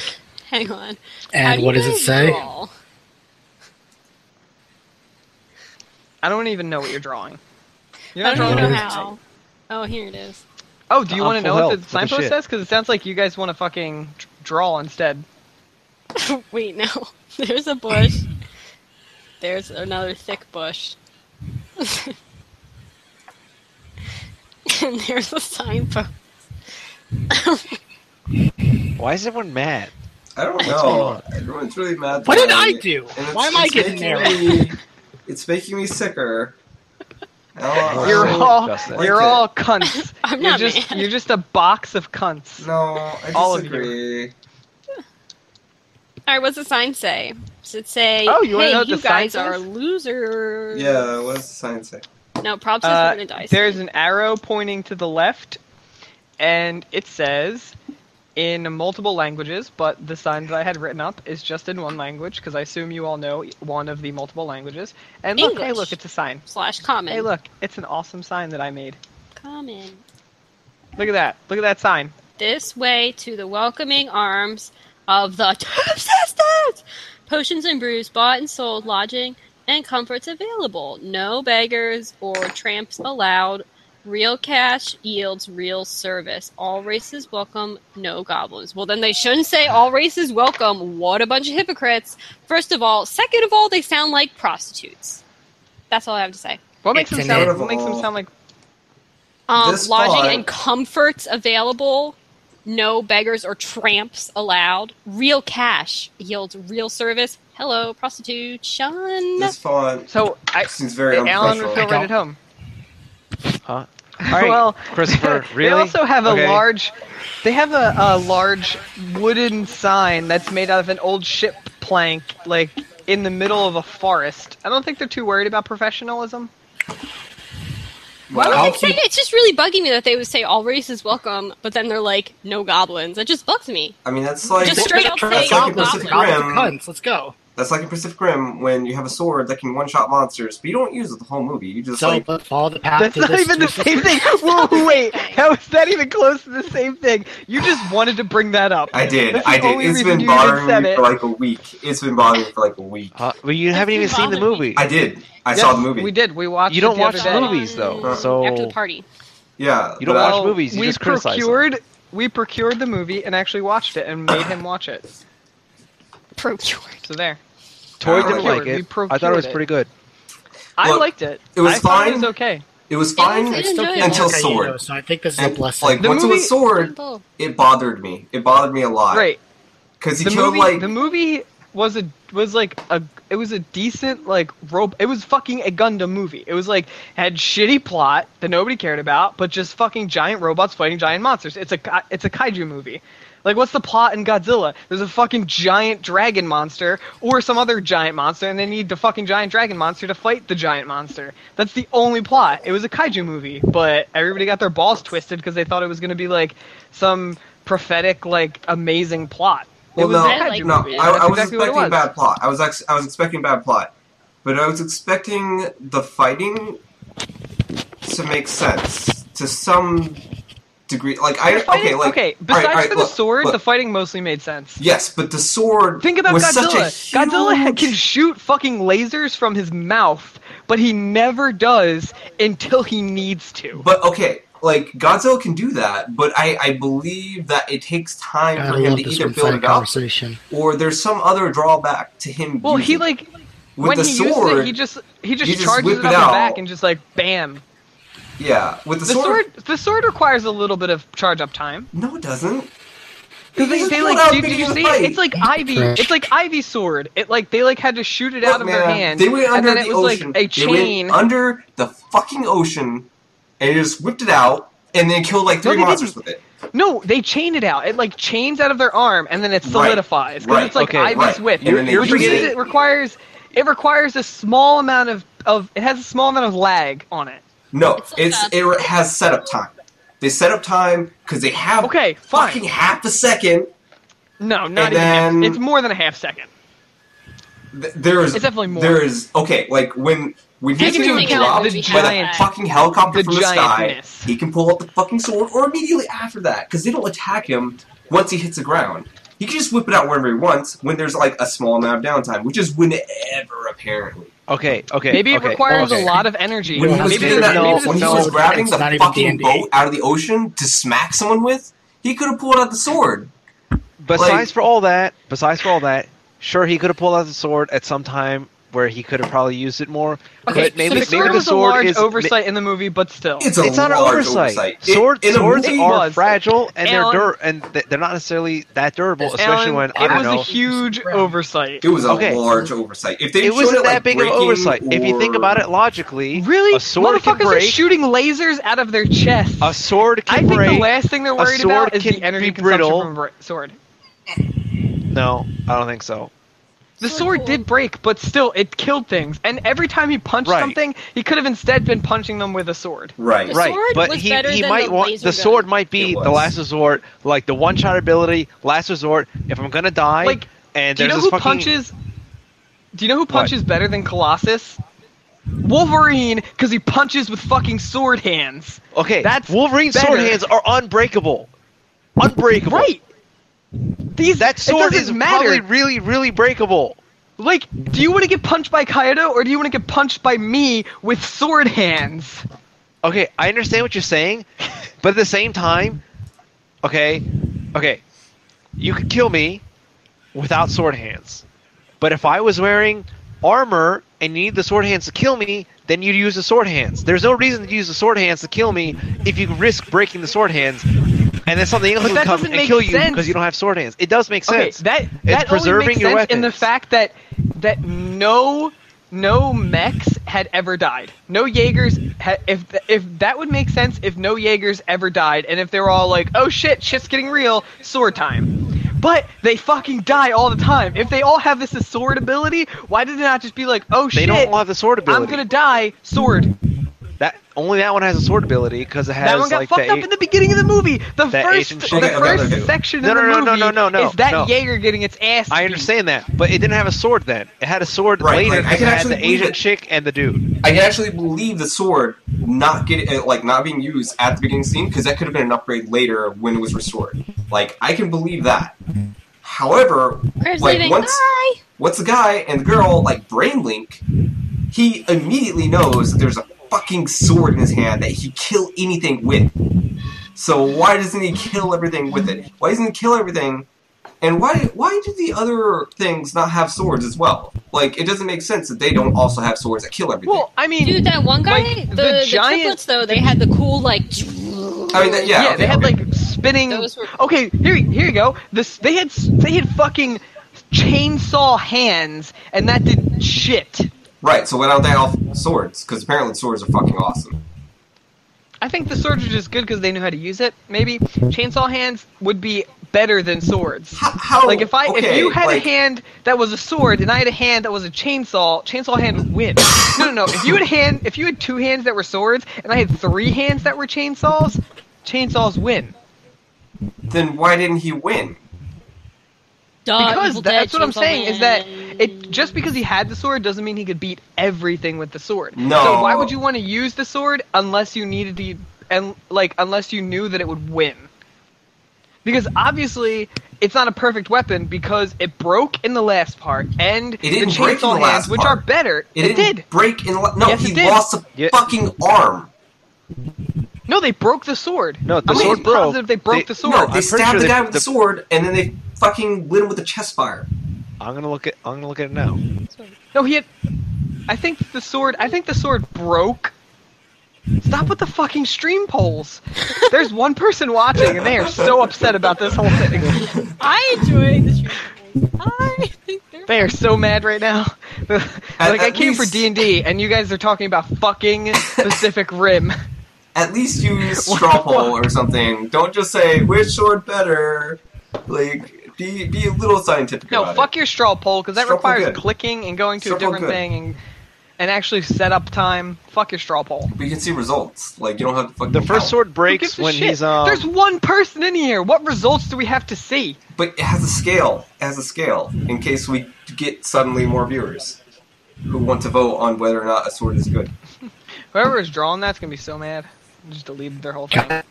S5: Hang on. How
S6: And
S5: do
S6: what
S5: you
S6: does it
S5: guys
S6: say?
S5: roll?
S3: I don't even know what you're drawing. You're
S5: I
S3: not
S5: don't
S3: drawing
S5: know
S3: it.
S5: how. Oh, here it is.
S3: Oh, do you want to
S4: I'm
S3: know
S4: full
S3: what
S4: health.
S3: the
S4: What the
S3: signpost
S4: shit?
S3: says? Because it sounds like you guys want to fucking dr- draw instead.
S5: Wait, no. There's a bush. There's another thick bush. and there's a signpost.
S4: Why is everyone mad?
S2: I don't
S4: going
S2: know.
S4: on?
S2: Everyone's really mad.
S6: What did
S2: that
S6: I do?
S2: and it's-
S6: Why am I
S2: it's
S6: getting
S2: making
S6: there?
S2: me- it's making me sicker. Oh,
S3: You're
S2: oh,
S3: all
S4: Justin.
S3: you're
S2: Like it.
S3: all cunts.
S5: I'm
S3: you're
S5: not
S3: just
S5: mad.
S3: you're just a box of cunts.
S2: No, I
S3: all of you.
S2: disagree.
S5: Alright, what's the sign say? Does it say,
S3: Oh, you wanna
S5: hey,
S3: know what
S5: you
S3: the sign
S5: guys
S3: says?
S5: are losers?
S2: Yeah, what does the sign say?
S5: No, props is
S3: Uh,
S5: going to die.
S3: there's
S5: soon.
S3: an arrow pointing to the left, and it says in multiple languages, but the sign that I had written up is just in one language because I assume you all know one of the multiple languages. And look, hey,
S5: English.
S3: look, it's a sign.
S5: Slash common.
S3: Hey, look, it's an awesome sign that I made.
S5: Common.
S3: Look at that. Look at that sign.
S5: This way to the welcoming arms of the Tempestas! Potions and brews bought and sold, lodging and comforts available. No beggars or tramps allowed. Real cash yields real service. All races welcome, no goblins. Well, then they shouldn't say all races welcome. What a bunch of hypocrites. First of all. Second of all, they sound like prostitutes. That's all I have to say.
S3: What makes
S6: It's
S3: them
S6: an
S3: sound?
S2: animal.
S3: What makes them sound like?
S5: Um,
S2: This
S5: lodging
S2: far-
S5: and comforts available. No beggars or tramps allowed. Real cash yields real service. Hello, prostitution.
S2: This font
S3: So I,
S2: seems very
S3: Alan would
S2: unprofessional.
S6: I
S3: feel right
S6: don't-
S3: at home.
S4: Huh?
S3: All right. Well,
S4: Christopher, really?
S3: They also have a
S4: Okay.
S3: large. They have a, a large wooden sign that's made out of an old ship plank, like in the middle of a forest. I don't think they're too worried about professionalism.
S5: Why would
S6: I'll
S5: they
S6: keep-
S5: say it? It's just really bugging me that they would say all races welcome, but then they're like, no goblins. It just bugs me.
S2: I mean, that's like
S5: Just straight up
S2: that's
S5: say
S2: like
S5: all
S2: a Pacific
S5: goblins.
S2: Rim.
S6: Let's go.
S2: That's like in Pacific Rim when you have a sword that can one shot monsters, but you don't use it the whole movie. You just
S6: So,
S2: like
S6: but follow the path
S3: That's
S6: to
S3: not
S6: this
S3: even the
S6: twisted-
S3: same thing. Whoa, wait, how is that even close to the same thing? You just wanted to bring that up.
S2: I did,
S3: That's the
S2: I did.
S3: only
S2: It's
S3: reason
S2: been
S3: you even
S2: bothering
S3: said
S2: me
S3: it.
S2: for like a week. It's been bothering me for like a week.
S4: Uh, well, you haven't even seen the
S5: bothered me.
S4: movie.
S2: I did. I
S3: Yes,
S2: saw the movie.
S3: We did. We watched.
S4: You don't
S3: it the
S4: watch
S3: other
S4: the
S3: day.
S4: movie. movies, though,
S5: Um,
S4: so-
S5: after the party.
S2: Yeah,
S4: You don't
S2: but I-
S4: watch movies, you
S3: we
S4: just criticize them.
S3: procured. We procured the movie and actually watched it and made him watch it.
S5: Procured.
S3: So there.
S4: Tori
S2: I
S4: didn't
S2: like
S4: like
S3: it.
S4: it.
S3: You
S4: I thought it was
S3: procured it.
S4: pretty good.
S3: I
S2: Well,
S3: liked it.
S2: it was
S3: I thought It
S2: fine.
S3: was okay.
S2: It was
S5: It
S2: fine
S5: was
S6: I still
S5: Enjoy
S6: can't
S2: until
S6: like
S2: sword.
S6: Aido, so I think this is a
S2: And,
S6: blessing.
S2: like
S3: The
S2: once it
S3: movie-
S2: was sword, it bothered me. It bothered me a lot.
S3: Great.
S2: Because he
S3: The
S2: killed
S3: movie.
S2: like
S3: The movie was a was like a it was a decent like rope. It was fucking a Gundam movie. It was like had shitty plot that nobody cared about, but just fucking giant robots fighting giant monsters. It's a ki- it's a kaiju movie. Like what's the plot in Godzilla? There's a fucking giant dragon monster or some other giant monster, and they need the fucking giant dragon monster to fight the giant monster. That's the only plot. It was a kaiju movie, but everybody got their balls twisted because they thought it was gonna be like some prophetic like amazing plot.
S2: Well,
S3: it was
S2: no,
S3: a kaiju
S5: like
S2: no,
S3: movie.
S2: I,
S3: That's
S2: I was
S3: exactly what it
S2: expecting
S3: was.
S2: bad plot. I was ex- I was expecting bad plot, but I was expecting the fighting to make sense to some degree. Like I
S3: The fighting-
S2: okay, like all
S3: besides
S2: right, all right,
S3: for
S2: look,
S3: the sword,
S2: look.
S3: the fighting mostly made sense.
S2: yes, but the sword.
S3: Think about
S2: was
S3: Godzilla.
S2: Such a huge...
S3: Godzilla ha- can shoot fucking lasers from his mouth, but he never does until he needs to.
S2: But okay, like Godzilla can do that, but I, I believe that it takes time
S6: I
S2: for him
S6: love
S2: to
S6: this
S2: either
S6: one
S2: build
S6: side
S2: it up
S6: conversation.
S2: or there's some other drawback to him.
S3: well,
S2: using
S3: he
S2: it.
S3: like
S2: with
S3: when
S2: the
S3: he
S2: sword,
S3: uses it, he just he just
S2: you just
S3: charges
S2: whip it
S3: it up
S2: out.
S3: his back and just like bam.
S2: yeah, with the,
S3: The sword the sword requires a little bit of charge up time.
S2: No, it doesn't.
S3: Because
S2: He
S3: they,
S2: just
S3: they
S2: pulled
S3: like
S2: out
S3: did,
S2: big
S3: did you
S2: as a
S3: see
S2: fight.
S3: it? It's like ivy.
S6: Trash.
S3: It's like ivy sword. It like they like had to shoot it out
S2: Look,
S3: of their
S2: man,
S3: hand.
S2: They went under
S3: and then
S2: the
S3: it was
S2: ocean.
S3: like a
S2: They went
S3: chain.
S2: under the fucking ocean, and they just whipped it out, and then killed like
S3: No,
S2: three
S3: they
S2: monsters
S3: didn't.
S2: with it.
S3: No, they chain it out. It like chains out of their arm, and then it solidifies because
S2: right,
S3: it's like
S4: okay,
S3: Ivy's
S2: right.
S3: whip.
S2: And then they
S3: You
S2: use
S3: use
S2: it.
S3: it requires it requires a small amount of of it has a small amount of lag on it.
S2: No,
S5: It's so
S2: it's,
S5: bad.
S2: it has setup time. They set up time because they have
S3: Okay, fine.
S2: fucking half a second.
S3: No, not
S2: And
S3: even. half-
S2: then-
S3: It's more than a half second.
S2: Th- There is
S3: It's definitely more.
S2: There is okay, like when when he's
S5: Taking
S2: being
S5: into account
S2: dropped
S5: the
S2: by the
S3: giant-
S2: fucking helicopter
S3: the
S2: from the sky,
S3: giantness.
S2: he can pull out the fucking sword, or immediately after that, because they don't attack him once he hits the ground. He can just whip it out whenever he wants when there's like a small amount of downtime, which is whenever apparently.
S4: Okay, okay.
S3: Maybe it
S4: okay.
S3: requires
S6: okay.
S3: a lot of energy.
S2: when he
S6: Yeah,
S2: was,
S3: maybe
S2: doing
S3: there's
S2: that,
S3: maybe
S6: no,
S3: there's
S2: when he
S6: no,
S2: was
S6: it's
S2: grabbing the
S6: not even
S2: fucking
S6: D&D.
S2: boat out of the ocean to smack someone with, he could have pulled out the sword.
S4: Besides
S2: Like-
S4: for all that, besides for all that, sure he could have pulled out the sword at some time where he could have probably used it more.
S3: Okay,
S4: but maybe,
S3: so the sword
S4: maybe the
S3: was
S4: sword
S3: a large
S4: is
S3: oversight in the movie, but still,
S2: It's, a
S4: It's not an
S2: large
S4: oversight.
S2: It-
S4: Sword,
S2: in a
S4: swords
S2: movie-
S4: are
S3: was.
S4: fragile and they're
S3: Alan-
S4: dur- and th- they're not necessarily that durable, especially
S3: Alan,
S4: when I
S3: it
S4: don't
S3: was
S4: know.
S3: a huge
S6: Round.
S3: oversight.
S2: It was a
S4: Okay.
S2: large oversight. If they
S4: it
S2: showed
S4: wasn't that
S2: like,
S4: big of an
S2: breaking
S4: oversight. If you think
S2: or-
S4: about it logically,
S3: Really,
S4: a sword can
S3: motherfuckers are
S4: break.
S3: shooting lasers out of their chests.
S4: A sword
S3: I
S4: can
S3: think
S4: break.
S3: the last thing they're worried
S4: sword
S3: about is
S4: can
S3: the energy
S4: be
S3: consumption
S4: brittle.
S3: from a bri- sword.
S4: no, I don't think so.
S3: The
S5: Sword
S3: sword
S5: cool.
S3: did break, but still, it killed things. And every time he punched
S4: Right.
S3: something, he could have instead been punching them with a sword.
S2: Right.
S5: The
S4: right,
S5: sword
S4: but
S5: was
S4: he,
S5: better
S4: he
S5: than
S4: might
S5: the
S4: want
S5: laser
S4: the sword
S5: gun.
S4: might be
S2: It
S4: the
S2: was.
S4: last resort, like the one shot ability, last resort. If I'm gonna die,
S3: Like,
S4: and
S3: Do you
S4: there's
S3: know
S4: this
S3: who
S4: fucking
S3: punches? Do you know who punches better than Colossus? Wolverine, because he punches with fucking sword hands.
S4: okay,
S3: That's
S4: Wolverine's sword
S3: better.
S4: hands are unbreakable, unbreakable.
S3: Right. These
S4: that sword
S3: it
S4: is
S3: doesn't matter.
S4: probably really, really breakable.
S3: Like, do you want to get punched by Kaido or do you want to get punched by me with sword hands?
S4: Okay, I understand what you're saying, but at the same time, okay, okay, you could kill me without sword hands, but if I was wearing armor and you need the sword hands to kill me, then you'd use the sword hands. There's no reason to use the sword hands to kill me if you risk breaking the sword hands, and then something else
S3: But
S4: will
S3: that
S4: come
S3: doesn't
S4: and
S3: make
S4: kill you
S3: sense.
S4: because you don't have sword hands. It does make sense.
S3: Okay, that
S4: It's
S3: that only
S4: preserving
S3: makes
S4: your
S3: sense in the
S4: weapons.
S3: fact that that no no mechs had ever died. No Jaegers had if th- if that would make sense if no Jaegers ever died and if they were all like, "Oh shit, shit's getting real, sword time." But they fucking die all the time. If they all have this as sword ability, why did they not just be like, "Oh
S4: they
S3: shit,
S4: don't all have the sword ability.
S3: I'm gonna die, sword."
S4: That only that one has a sword ability because it has
S3: that one got
S4: like
S3: fucked
S4: the
S3: up
S4: eight-
S3: in the beginning of the movie. The
S4: that
S3: first,
S4: Asian
S3: the
S4: chick-
S2: Okay,
S3: first
S2: okay, okay.
S3: section
S4: No,
S3: of the
S4: no, no,
S3: movie
S4: no, no, no, no,
S3: is that
S4: no.
S3: Jaeger getting its ass.
S4: I
S3: beat.
S4: understand that, but it didn't have a sword then. It had a sword
S2: Right,
S4: later.
S2: like, I
S4: that
S2: can
S4: had
S2: actually
S4: the
S2: believe
S4: Asian
S2: it.
S4: chick and the dude.
S2: I can actually believe the sword not getting uh, like not being used at the beginning scene because that could have been an upgrade later when it was restored. Like I can believe that. However,
S5: Crab's
S2: Like,
S5: leaving.
S2: once-
S5: Bye.
S2: what's the guy and the girl like brain link? He immediately knows that there's a fucking sword in his hand that he kill anything with. So why doesn't he kill everything with it? Why doesn't he kill everything? And why why do the other things not have swords as well? Like it doesn't make sense that they don't also have swords that kill everything.
S3: Well, I mean,
S5: Dude, that one guy,
S3: Like, the
S5: the, the,
S3: giant-
S5: triplets though, they had the cool like.
S2: I mean, that- yeah,
S3: yeah,
S2: okay,
S3: they had
S2: okay.
S3: like spinning.
S5: Those were-
S3: Okay, here, here you go. This they had s- they had fucking chainsaw hands, and that did shit.
S2: Right, so why don't they all swords? Because apparently swords are fucking awesome.
S3: I think the swords are just good because they knew how to use it. Maybe chainsaw hands would be better than swords.
S2: How? how
S3: Like if I if
S2: okay,
S3: you had
S2: like-
S3: a hand that was a sword and I had a hand that was a chainsaw, chainsaw hand would win. No, no, no. If you had hand if you had two hands that were swords and I had three hands that were chainsaws, chainsaws win.
S2: then why didn't he win?
S5: Duh,
S3: Because
S5: Uh, Evil
S3: tha-
S5: Dead,
S3: that's what I'm
S5: Chainsaw
S3: saying is that
S5: Man.
S3: it just because he had the sword doesn't mean he could beat everything with the sword.
S2: No.
S3: So why would you want to use the sword unless you needed to and like unless you knew that it would win? Because obviously it's not a perfect weapon because it broke in the last part and
S2: didn't
S3: the
S2: break in
S3: chainsaw
S2: the
S3: hands,
S2: last
S3: which
S2: part.
S3: are better,
S2: It, didn't
S3: did.
S2: break in. la- No,
S3: Yes,
S2: he
S3: it did.
S2: lost a
S4: Yeah.
S2: fucking arm.
S3: No, they broke the sword.
S4: No, the
S3: I'm almost
S2: sword
S4: broke.
S3: positive they broke
S4: They-
S3: the sword.
S2: no, they
S4: I'm pretty
S2: stabbed
S4: sure
S2: the
S4: they-
S2: guy with the,
S4: the-
S2: sword, and then they fucking lit him with a chest fire.
S4: I'm gonna look at. I'm gonna look at it now.
S3: No, he had. I think the sword. I think the sword broke. Stop with the fucking stream polls. There's one person watching, and they are so upset about this whole thing.
S5: I enjoy the stream. I think they're
S3: They are so mad right now. like I
S2: at
S3: came for
S2: least-
S3: D and D, and you guys are talking about fucking Pacific Rim.
S2: At least use
S3: What
S2: straw
S3: the
S2: pole or something. Don't just say which sword better. Like, be be a little scientific.
S3: No,
S2: about
S3: fuck your straw poll because that
S2: Straw poll
S3: requires
S2: good.
S3: clicking and going to
S2: Straw
S3: a
S2: poll
S3: different
S2: good.
S3: thing and and actually set up time. Fuck your straw poll.
S2: it. We can see results. Like, you don't have to fucking.
S4: The first
S2: count.
S4: sword breaks
S3: Who gives a
S4: when
S3: shit?
S4: he's um.
S3: There's one person in here. What results do we have to see?
S2: but it has a scale. It has a scale in case we get suddenly more viewers who want to vote on whether or not a sword is good.
S3: Whoever is drawing that's gonna be so mad. Just deleted their whole thing.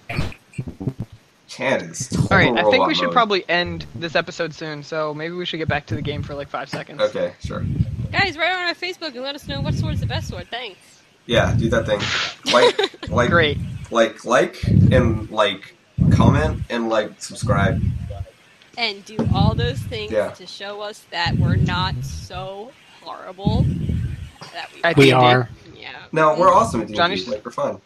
S2: Chad is total
S3: All right, I think
S2: robot
S3: we should
S2: mode.
S3: probably end this episode soon. So maybe we should get back to the game for like five seconds.
S2: Okay, sure.
S5: guys. Write on our Facebook and let us know what sword's the best sword. Thanks.
S2: Yeah, do that thing. Like, like,
S3: Great.
S2: like, like, and like, comment and like, subscribe.
S5: And do all those things
S2: Yeah.
S5: to show us that we're not so horrible. That we.
S3: At
S6: We
S3: D&D.
S6: are.
S5: yeah.
S2: No, we're awesome at
S3: Johnny,
S2: D&D. Like, we're fun.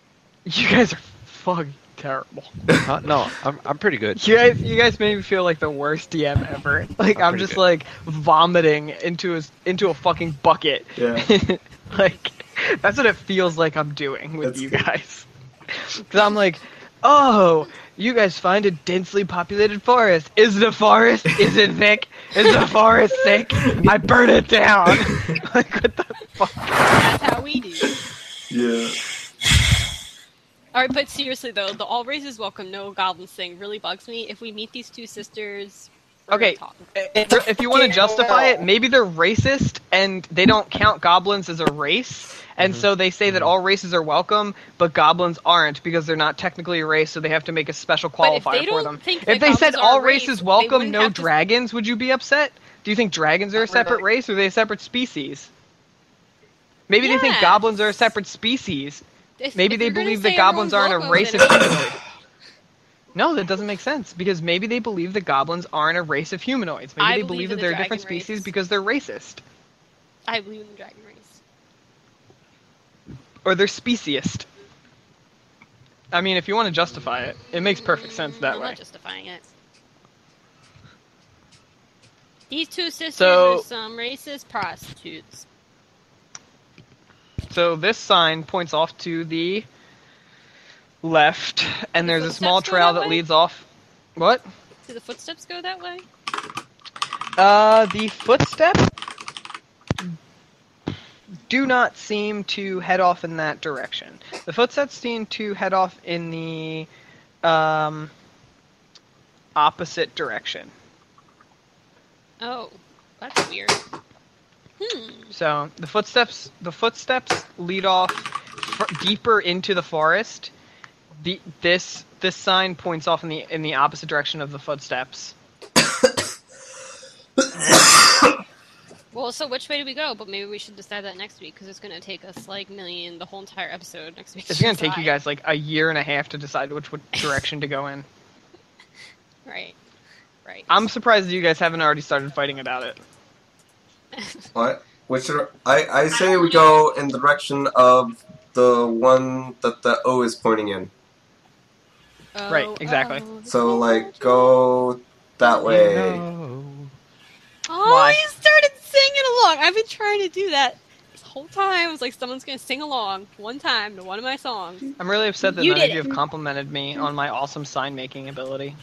S3: You guys are fucking terrible.
S4: huh? No, I'm, I'm pretty good.
S3: You guys, you guys made me feel like the worst DM ever. Like I'm
S4: pretty
S3: just
S4: good.
S3: like vomiting into a s- into a fucking bucket.
S2: Yeah.
S3: like that's what it feels like I'm doing with
S2: That's
S3: you
S2: good.
S3: guys. Cuz I'm like, "Oh, you guys find a densely populated forest. Is the forest is it Nick? Is the forest sick? I burn it down." like what the fuck?
S5: That's how we do.
S2: Yeah.
S5: All right, but seriously though, the all races welcome, no goblins thing really bugs me. If we meet these two sisters, we're
S3: Okay.
S5: gonna talk.
S3: If if you want to justify it, maybe they're racist and they don't count goblins as a race. And so they say that all races are welcome, but goblins aren't because they're not technically a race, so they have to make a special
S5: But if they
S3: qualifier for
S5: don't
S3: them.
S5: think
S3: If
S5: that
S3: they said
S5: goblins are
S3: all
S5: a race,
S3: races
S5: they
S3: welcome,
S5: wouldn't
S3: no
S5: have to-
S3: dragons, would you be upset? Do you think dragons are a separate race or are they a separate species? Maybe they think
S5: Yes.
S3: goblins are a separate species.
S5: If-
S3: Maybe
S5: if
S3: they
S5: you're gonna
S3: believe
S5: say
S3: that goblins
S5: everyone's
S3: aren't a race
S5: welcome,
S3: of humanoids. No, that doesn't make sense because maybe they believe that goblins aren't a race of humanoids. Maybe
S5: I
S3: they
S5: believe
S3: believe
S5: in
S3: that
S5: the
S3: they're a different
S5: dragon race.
S3: species because they're racist
S5: then I believe in the dragon race.
S3: or they're speciest. I mean, if you want to justify it, it makes perfect sense
S5: Mm,
S3: that
S5: I'm
S3: way.
S5: Not justifying it. These two sisters
S3: So-
S5: are some racist prostitutes.
S3: So this sign points off to the left, and
S5: The
S3: there's a
S5: footsteps
S3: small
S5: go
S3: trail
S5: that
S3: that
S5: way?
S3: leads off. What?
S5: Do the footsteps go that way?
S3: Uh, the footstep do not seem to head off in that direction. The footsteps seem to head off in the um, opposite direction.
S5: Oh, that's weird. Hmm.
S3: So the footsteps the footsteps lead off fr- deeper into the forest. The, this this sign points off in the in the opposite direction of the footsteps.
S5: Well, so which way do we go? But maybe we should decide that next week because it's going to take us like million the whole entire episode next week.
S3: It's gonna
S5: to
S3: take you
S5: decide.
S3: guys like a year and a half to decide which w- direction to go in.
S5: Right. Right.
S3: I'm surprised that you guys haven't already started fighting about it.
S2: What? Which are, I I say we go in the direction of the one that the O is pointing in.
S3: Right, exactly.
S5: oh.
S2: So like go that way.
S5: Oh,
S3: Why?
S5: I started singing along. I've been trying to do that this whole time. I was like, someone's going to sing along one time to one of my songs.
S3: I'm really upset that
S5: You
S3: none of
S5: did
S3: you
S5: it.
S3: have complimented me on my awesome sign making ability.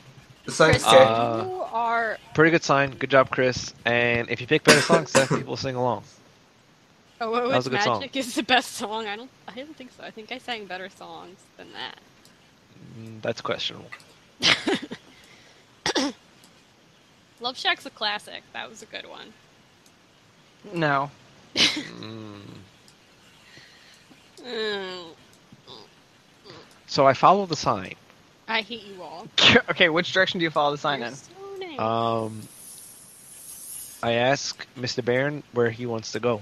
S2: The sign's
S5: Chris,
S2: okay.
S4: Uh,
S5: you are.
S4: Pretty good sign. Good job, Chris. And if you pick better songs, Seth, people will sing along.
S5: Oh, oh
S4: that was
S5: it's
S4: a good
S5: magic
S4: song.
S5: is the best song. I don't. I don't think so. I think I sang better songs than that.
S4: Mm, That's questionable.
S5: Love Shack's a classic. That was a good one.
S3: No.
S4: Mm.
S5: Mm,
S4: So I follow the sign.
S5: I hate you all.
S3: Okay, which direction do you follow the sign
S5: You're
S3: in?
S5: so nice.
S3: Uh,
S4: Um, I ask Mr. Baron where he wants to go.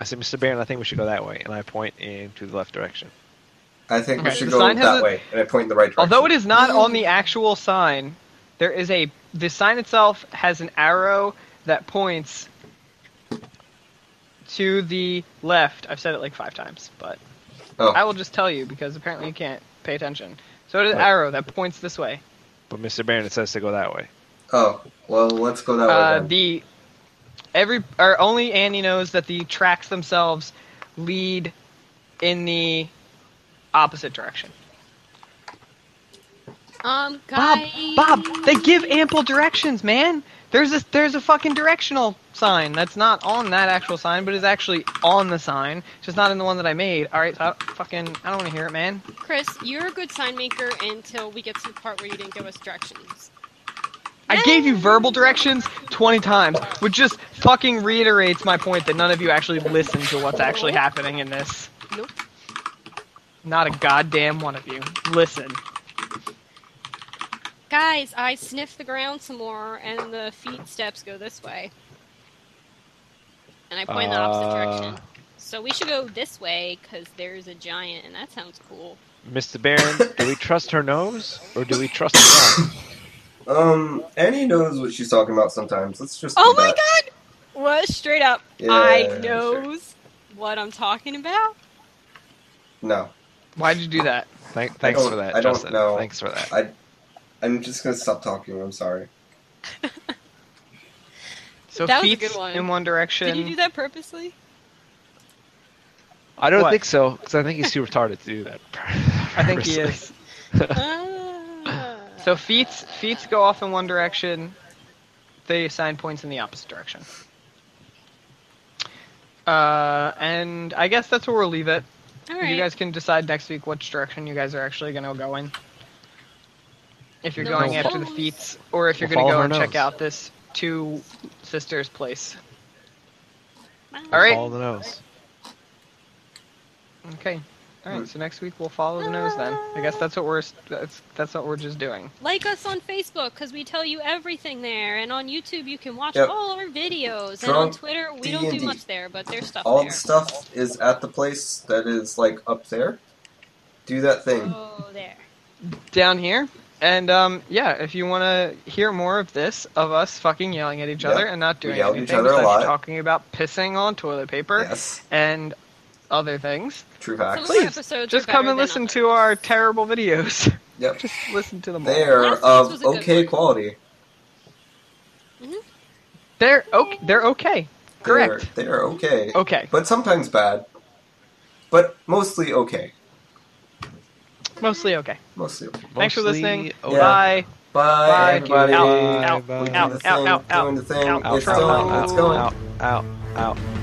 S4: I said, Mr. Baron, I think we should go that way, and I point into the left direction.
S2: I think we
S3: Okay.
S2: should
S3: The
S2: go
S3: sign has
S2: that
S3: a-
S2: way, and I point in the right direction.
S3: Although it is not on the actual sign, there is a the sign itself has an arrow that points to the left. I've said it like five times, but
S2: Oh.
S3: I will just tell you because apparently you can't pay attention. So it is an
S4: Right.
S3: arrow that points this way.
S4: But Mr. Baron, it says to go that way.
S2: Oh, well, let's go that way.
S3: Uh,
S2: Then.
S3: the every or only Annie knows that the tracks themselves lead in the opposite direction.
S5: Um,
S3: Bob,
S5: guys.
S3: Bob, they give ample directions, man. There's a there's a fucking directional sign that's not on that actual sign, but is actually on the sign, It's just not in the one that I made. All right, so I, fucking, I don't want to hear it, man.
S5: Chris, you're a good sign maker until we get to the part where you didn't give us directions.
S3: I gave you verbal directions 20 times, which just fucking reiterates my point that none of you actually listen to what's actually happening in this.
S5: Nope.
S3: Not a goddamn one of you. Listen.
S5: Guys, I sniff the ground some more, and the feet steps go this way. And I point in the opposite
S4: Uh,
S5: direction. So we should go this way because there's a giant, and that sounds cool.
S4: Mr. Baron, do we trust her nose, or do we trust the sign?
S2: Um, Annie knows what she's talking about sometimes. Let's just.
S5: Oh
S2: do
S5: my
S2: that.
S5: god! What? Straight up,
S2: Yeah,
S5: I
S2: sure.
S5: knows what I'm talking about.
S2: No,
S3: Why'd you do that?
S4: Thank, thanks
S2: don't-
S4: for that,
S2: I don't
S4: Justin.
S2: know.
S4: Thanks for that.
S2: I, I'm just gonna stop talking. I'm sorry.
S3: So
S5: That was a
S3: feet
S5: good one.
S3: in one direction.
S5: Did you do that purposely?
S4: I don't
S3: What?
S4: think so, because I think he's too retarded to do that.
S3: I think he is.
S5: Ah.
S3: So feets feets go off in one direction. The sign points in the opposite direction. Uh, and I guess that's where we'll leave it.
S5: all right.
S3: You guys can decide next week which direction you guys are actually going to go in. If you're
S5: No
S3: going
S4: one
S3: after the
S5: knows.
S3: feets, or if you're
S4: We'll
S3: going
S4: follow
S3: to go
S4: her
S3: and check
S4: nose.
S3: out this two sisters place.
S5: Bye.
S3: All right.
S4: All the nose.
S3: Okay. All right. So next week we'll follow the nose. Then I guess that's what we're s- that's that's what we're just doing.
S5: Like us on Facebook because we tell you everything there, and on YouTube you can watch
S2: Yep.
S5: all our videos. and on
S2: Drunk
S5: Twitter we don't
S2: D&D.
S5: do much there, but there's stuff
S2: All
S5: there.
S2: the stuff is at the place that is like up there. Do that thing.
S5: Oh, there.
S3: down here. And um, yeah, if you want to hear more of this, of us fucking yelling at each
S2: Yeah,
S3: other and not
S2: we
S3: doing
S2: yell at each
S3: anything,
S2: other a
S3: besides
S2: lot.
S3: talking about pissing on toilet
S5: Oh,
S3: paper
S2: Yes,
S3: and other things,
S2: true
S5: Some
S2: facts.
S5: of our
S3: Please,
S5: episodes
S3: just
S5: are
S3: come
S5: better
S3: and
S5: than
S3: listen
S5: others.
S3: to our terrible videos.
S2: Yep,
S3: just listen to them. all.
S2: they are
S5: Last week's
S2: of
S5: was a good
S2: okay
S5: one.
S2: quality.
S3: They're okay. They're okay. Correct. Oh.
S2: They are okay.
S3: Okay.
S2: But sometimes bad. But mostly okay.
S3: Mostly okay.
S2: Mostly okay.
S3: Thanks for
S4: Mostly
S3: listening.
S4: over.
S3: Bye.
S2: Bye,
S3: Bye.
S2: everybody.
S3: Out. Out.
S2: We're doing
S3: Out.
S2: the
S3: Out.
S2: thing,
S3: Out.
S2: doing the thing.
S3: Out.
S2: It's
S3: Outro.
S2: going. It's going.
S4: Out. Out. Out.